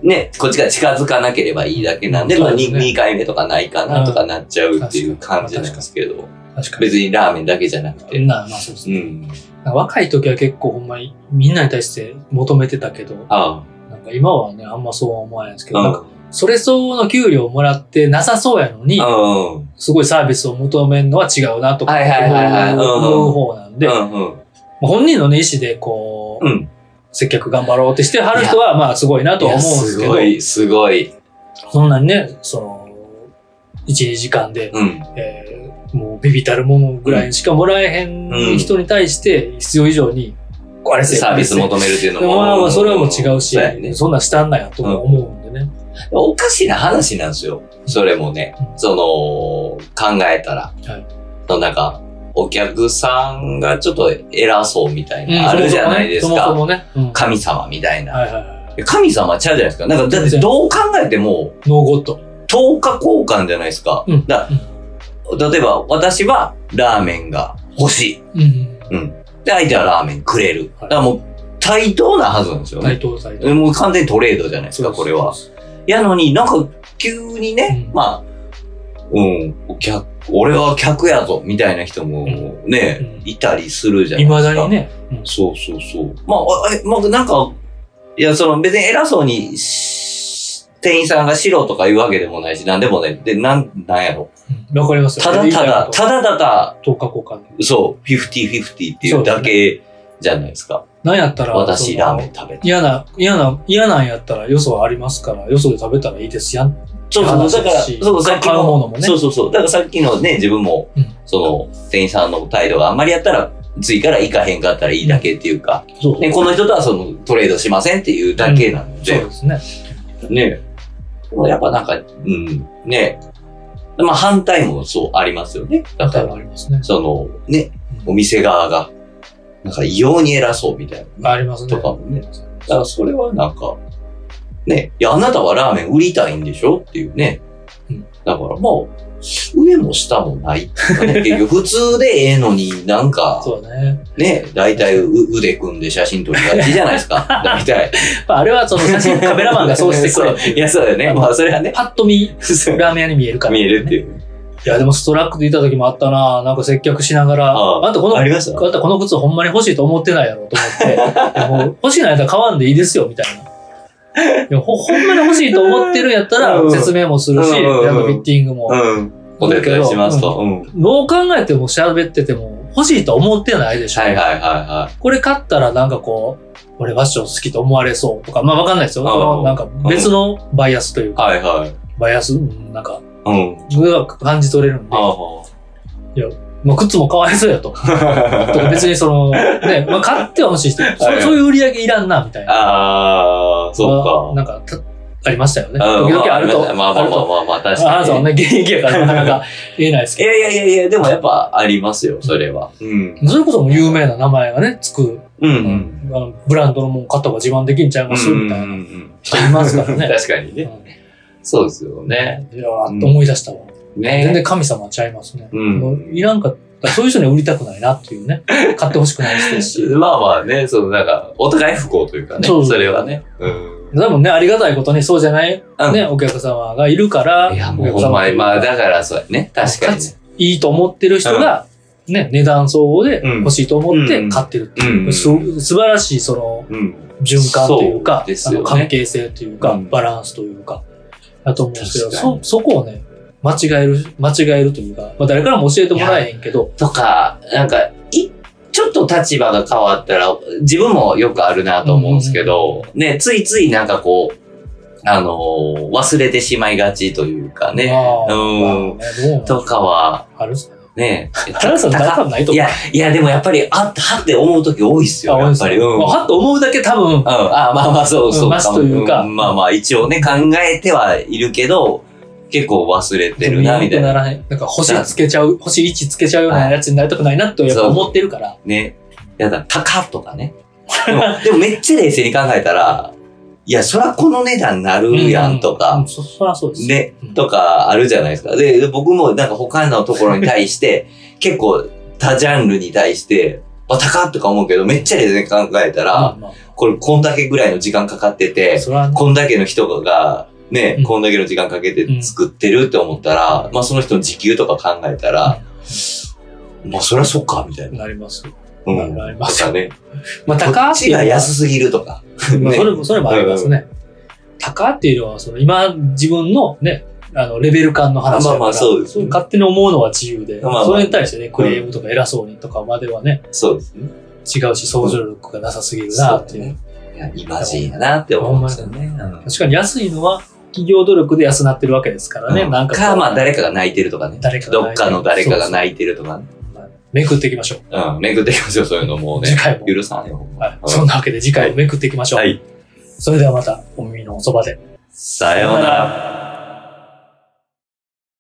Speaker 1: ん
Speaker 2: うね、こっちが近づかなければいいだけなんで、
Speaker 1: うん
Speaker 2: まあ
Speaker 1: そうです
Speaker 2: 2,
Speaker 1: ね
Speaker 2: 回目とかないかなとかなっちゃうっていう
Speaker 1: うん確かに
Speaker 2: 感じなんですけど、
Speaker 1: 確かに。
Speaker 2: 別にラーメンだけじゃなくて。
Speaker 1: なまあそうです
Speaker 2: う
Speaker 1: ね。
Speaker 2: ん。
Speaker 1: なんか若い時は結構ほんまにみんなに対して求めてたけど、
Speaker 2: ああ。
Speaker 1: なんか今はね、あんまそうは思わないんですけど、
Speaker 2: う
Speaker 1: なんんかそれ相応の給料をもらってなさそうやのに、
Speaker 2: うん。
Speaker 1: すごいサービスを求めるのは違うなとか
Speaker 2: はいはいはいはいうんうん
Speaker 1: 思う方なんで、
Speaker 2: う
Speaker 1: まあ
Speaker 2: んうん。
Speaker 1: 本人のね、意思でこう、
Speaker 2: うん。
Speaker 1: 接客頑張ろうってしてはる人は、まあすごいなとは思うんですけど
Speaker 2: い、やすごい、す
Speaker 1: そんなにね、その、1、2時間で
Speaker 2: ごい。うん。
Speaker 1: えーもうビビたるものぐらいしかもらえへ
Speaker 2: うん
Speaker 1: ん人に対して必要以上に、あれせえ
Speaker 2: サービス求めるっていうの
Speaker 1: でも
Speaker 2: も。
Speaker 1: まあまあそれはもう違うし、
Speaker 2: そうやね
Speaker 1: そんなんしたんないやとも思うんでね。
Speaker 2: おかしな話なんですよ。それもね。その、考えたら。
Speaker 1: い
Speaker 2: そのなんか、お客さんがちょっと偉そうみたい
Speaker 1: うん
Speaker 2: な、あるじゃないです
Speaker 1: そもそ
Speaker 2: か。
Speaker 1: もね。そもそもねうん
Speaker 2: 神様みたいな。
Speaker 1: はいはいはい。
Speaker 2: 神様ちゃうじゃないですか。なんか、だってどう考えても、
Speaker 1: ノーゴッド。
Speaker 2: 10日交換じゃないですか。
Speaker 1: うん
Speaker 2: だ例えば、私はラーメンが欲しい。
Speaker 1: うん。
Speaker 2: で、相手はラーメンくれる。
Speaker 1: は
Speaker 2: だ
Speaker 1: い
Speaker 2: からもう、対等なはずなんですよ
Speaker 1: 対
Speaker 2: ね。
Speaker 1: 等対等。
Speaker 2: もう完全にトレードじゃないですか、これは。。やのになんか急にね、
Speaker 1: うん
Speaker 2: まあ、うん、お客俺は客やぞみたいな人もね、
Speaker 1: うん
Speaker 2: いたりするじゃない
Speaker 1: い
Speaker 2: で
Speaker 1: ます
Speaker 2: か。
Speaker 1: だにね。うん
Speaker 2: そうそうそう。まあ、あえ、まあ、なんか、いや、その別に偉そうにし、店員さんがしろとか言うわけでもないし、なんでもない。で、なん、なんやろ。
Speaker 1: うんわかりますよ
Speaker 2: ただただ、
Speaker 1: た
Speaker 2: ただただ、
Speaker 1: 10日交換で。
Speaker 2: そう、50-50ってい
Speaker 1: そううですね
Speaker 2: だけじゃないですか。
Speaker 1: なんやったら、そ
Speaker 2: 私、
Speaker 1: の
Speaker 2: ラーメン食べた。
Speaker 1: 嫌な、嫌な、嫌なんやったら、よそはありますから、よそで食べたらいいですやん。
Speaker 2: そうそう、だから、そう、さっき
Speaker 1: 買うもの
Speaker 2: の
Speaker 1: もね
Speaker 2: そうそうそう。だからさっきのね、自分も
Speaker 1: うん、
Speaker 2: その、店員さんの態度があんまりやったら、次から行かへんかったらいいだけっていうか、
Speaker 1: そう
Speaker 2: ね、この人とはその、トレードしませんっていうだけなんで、
Speaker 1: そうですね。
Speaker 2: ねでもやっぱなんか、うん、ねまあ反対もそうありますよね。だか
Speaker 1: 例えば
Speaker 2: ら、
Speaker 1: ありますね。
Speaker 2: その、ね、
Speaker 1: う
Speaker 2: お
Speaker 1: ん
Speaker 2: 店側が、なんか異様に偉そうみたいな。
Speaker 1: ありますね。
Speaker 2: とかもね。だからそれはなんか、ね、いや、あなたはラーメン売りたいんでしょっていうね。
Speaker 1: うん
Speaker 2: だからもう、上も下もないっていうかね。結局普通でええのになんか、
Speaker 1: そうだね。
Speaker 2: ね、大体う腕組んで写真撮りがちじゃないで
Speaker 1: [laughs]
Speaker 2: すか。大体。
Speaker 1: まあ、あれはその写 [laughs] 真、カメラマンがそうしてくれって
Speaker 2: [laughs] そうい
Speaker 1: いう。
Speaker 2: や、そうだよね。まあ、それはね。
Speaker 1: パッと見、
Speaker 2: そう
Speaker 1: ラーメン屋に見えるから、
Speaker 2: 見えるっていう。
Speaker 1: いや、でもストラックでいた時もあったななんか接客しながら、
Speaker 2: ああ
Speaker 1: あんたこの、
Speaker 2: ありました
Speaker 1: あんたこの靴ほんまに欲しいと思ってないやろと思
Speaker 2: [laughs]
Speaker 1: って、いやもう欲しいのやったら買わんでいいですよ、みたいな。いやほほんまに欲しいと思ってるんやった
Speaker 2: う
Speaker 1: ら
Speaker 2: ん
Speaker 1: 説明もするし、
Speaker 2: うんうんうん
Speaker 1: なんかフィッティングも。
Speaker 2: うん。お手伝いしますと。うん。
Speaker 1: どう考えても喋ってても欲しいと思ってないでしょ。
Speaker 2: はいはいはいは
Speaker 1: これ買ったらなんかこう、俺ファッション好きと思われそうとか、まあわかんないですよ。
Speaker 2: うん
Speaker 1: そのなんか別のバイアスというか、
Speaker 2: い。はいはい。
Speaker 1: バイアス、うんなんか、
Speaker 2: うん。
Speaker 1: が感じ取れるんで、
Speaker 2: あ
Speaker 1: まあ靴もかわいそうやと。とか
Speaker 2: あ。
Speaker 1: 別にその、ね、まあ買っては欲しいして、
Speaker 2: はい
Speaker 1: そそういう売り上げいらんな、みたいな。 [laughs]
Speaker 2: ああ、そ
Speaker 1: まあなんかた、ありましたよね。
Speaker 2: うか。
Speaker 1: 時々あると。
Speaker 2: まあまあまあまあ
Speaker 1: あ
Speaker 2: まあまあ、
Speaker 1: る
Speaker 2: 確
Speaker 1: とあなた
Speaker 2: か
Speaker 1: は
Speaker 2: に。
Speaker 1: ね、現役やから
Speaker 2: [laughs]
Speaker 1: なかなか言えないです
Speaker 2: い
Speaker 1: け
Speaker 2: やいやいやいや、でもやっぱありますよ、それは。うん。
Speaker 1: ど。それこそもう有名な名前がね、つく、あ
Speaker 2: うん。
Speaker 1: のブランドのもん買った方が自慢できんちゃいますみたいな人いますからね。
Speaker 2: [laughs] 確かにね。
Speaker 1: うん
Speaker 2: そうですよね。
Speaker 1: いやーっと思い出したわ。全
Speaker 2: ね
Speaker 1: 然神様ちゃいますね。
Speaker 2: うん
Speaker 1: もういらんかった。そういう人には売りたくないなっていうね。買ってほしくないです
Speaker 2: [laughs]
Speaker 1: し。
Speaker 2: まあまあね、そのなんか、お互い不幸というかね、それはね。うん。
Speaker 1: 多分ね、ありがたいことにそうじゃない、
Speaker 2: うん
Speaker 1: ね、お客様がいるから、
Speaker 2: いや、
Speaker 1: お
Speaker 2: もう
Speaker 1: 客
Speaker 2: ほん
Speaker 1: 様
Speaker 2: まに、まあ
Speaker 1: い
Speaker 2: だからそうやね。確かにね。
Speaker 1: いと思ってる人が、ね、値段相応で
Speaker 2: うん
Speaker 1: 欲しいと思っ
Speaker 2: う
Speaker 1: て
Speaker 2: ん
Speaker 1: 買ってるって
Speaker 2: う
Speaker 1: い
Speaker 2: ん
Speaker 1: う、す素晴らしいその
Speaker 2: うん。
Speaker 1: 循環というか
Speaker 2: そう、です
Speaker 1: あ
Speaker 2: よね
Speaker 1: の関係性というか、
Speaker 2: うん
Speaker 1: バランスというか、だと思うんですけど、
Speaker 2: 確か
Speaker 1: そ
Speaker 2: に、
Speaker 1: そこをね、間違える、間違えるというか、まあ誰からも教えてもらえへんけど、
Speaker 2: とか、なんか、い、ちょっと立場が変わったら、自分もよくあるなと思うんですけど、ね、ついついなんかこう、あのー忘れてしまいがちというかね、
Speaker 1: まあ
Speaker 2: うん、
Speaker 1: まあねどうなん
Speaker 2: とかは、
Speaker 1: あるんすかね。
Speaker 2: ね、
Speaker 1: [laughs] 原田さん、大
Speaker 2: 高
Speaker 1: 胆ないと
Speaker 2: い
Speaker 1: 思う。
Speaker 2: や、いや、でもやっぱり、あはって思う時多いっすよ、やっぱり。うん。
Speaker 1: まあはっと思うだけ多分
Speaker 2: う、ん、あまあまあ、そうそう
Speaker 1: うんマスというか
Speaker 2: んまあまあ、一応ね、考えてはいるけど、結構忘れてるな、みたい
Speaker 1: な
Speaker 2: な。
Speaker 1: らへん。なんか星つけちゃう、星1つけちゃうようなやつになりたくないなとやっぱ思ってるから。
Speaker 2: ね。やだ、高っとかね。でも、でもめっちゃ冷静に考えたら、いや、そらこの値段なるやんと
Speaker 1: う
Speaker 2: か
Speaker 1: ん、そ、そらそうです。
Speaker 2: ね
Speaker 1: うん、
Speaker 2: とかあるじゃないですか。で、僕もなんか他のところに
Speaker 1: [laughs]
Speaker 2: 対して、結構他ジャンルに対して、あ、高っとか思うけど、めっちゃ冷静に考えた
Speaker 1: まあ
Speaker 2: ら、
Speaker 1: ま
Speaker 2: これこんだけぐらいの時間かかって
Speaker 1: あ、
Speaker 2: て、
Speaker 1: そらね、
Speaker 2: こんだけの人が、ね、
Speaker 1: うん
Speaker 2: こんだけの時間かけ
Speaker 1: う
Speaker 2: て
Speaker 1: ん
Speaker 2: 作ってるって思ったら、まあその人の時給とか考えたら、まあそりゃそっか、みたいな。
Speaker 1: なります。
Speaker 2: うん。
Speaker 1: なりま
Speaker 2: と
Speaker 1: す
Speaker 2: かね。
Speaker 1: まあ、
Speaker 2: こ
Speaker 1: 高
Speaker 2: っ
Speaker 1: ってい
Speaker 2: ち
Speaker 1: うの
Speaker 2: が
Speaker 1: は
Speaker 2: 安すぎるとか。
Speaker 1: まあ
Speaker 2: ね
Speaker 1: それも、それもありますね。高っていうのは、その、今、自分のね、あの、レベル感の話だから
Speaker 2: まあまあそうですね
Speaker 1: 勝手に思うのは自由で、
Speaker 2: まあまあ
Speaker 1: それに対してね、クレームとか偉そうにとかまではね、
Speaker 2: そうですね。
Speaker 1: 違うし、想像力がなさすぎるなっていう。
Speaker 2: いや、イマジンやなって思いますよね。うん
Speaker 1: 確かに安いのは、企業努力で安なってるわけですからね、
Speaker 2: うん
Speaker 1: なんかこう。
Speaker 2: か、まあ誰かが泣いてるとかね。
Speaker 1: 誰かが
Speaker 2: どっかの誰かが
Speaker 1: い
Speaker 2: 泣いてるとかね。
Speaker 1: めくっていきましょう。
Speaker 2: うん。めぐってきますよ、そういうのもうね
Speaker 1: 次。回も。
Speaker 2: 許さんよ。ほんま
Speaker 1: はい。そんなわけで次回もめくっていきましょう。
Speaker 2: はい。
Speaker 1: それではまた、お耳のおそばで。
Speaker 2: さようなら。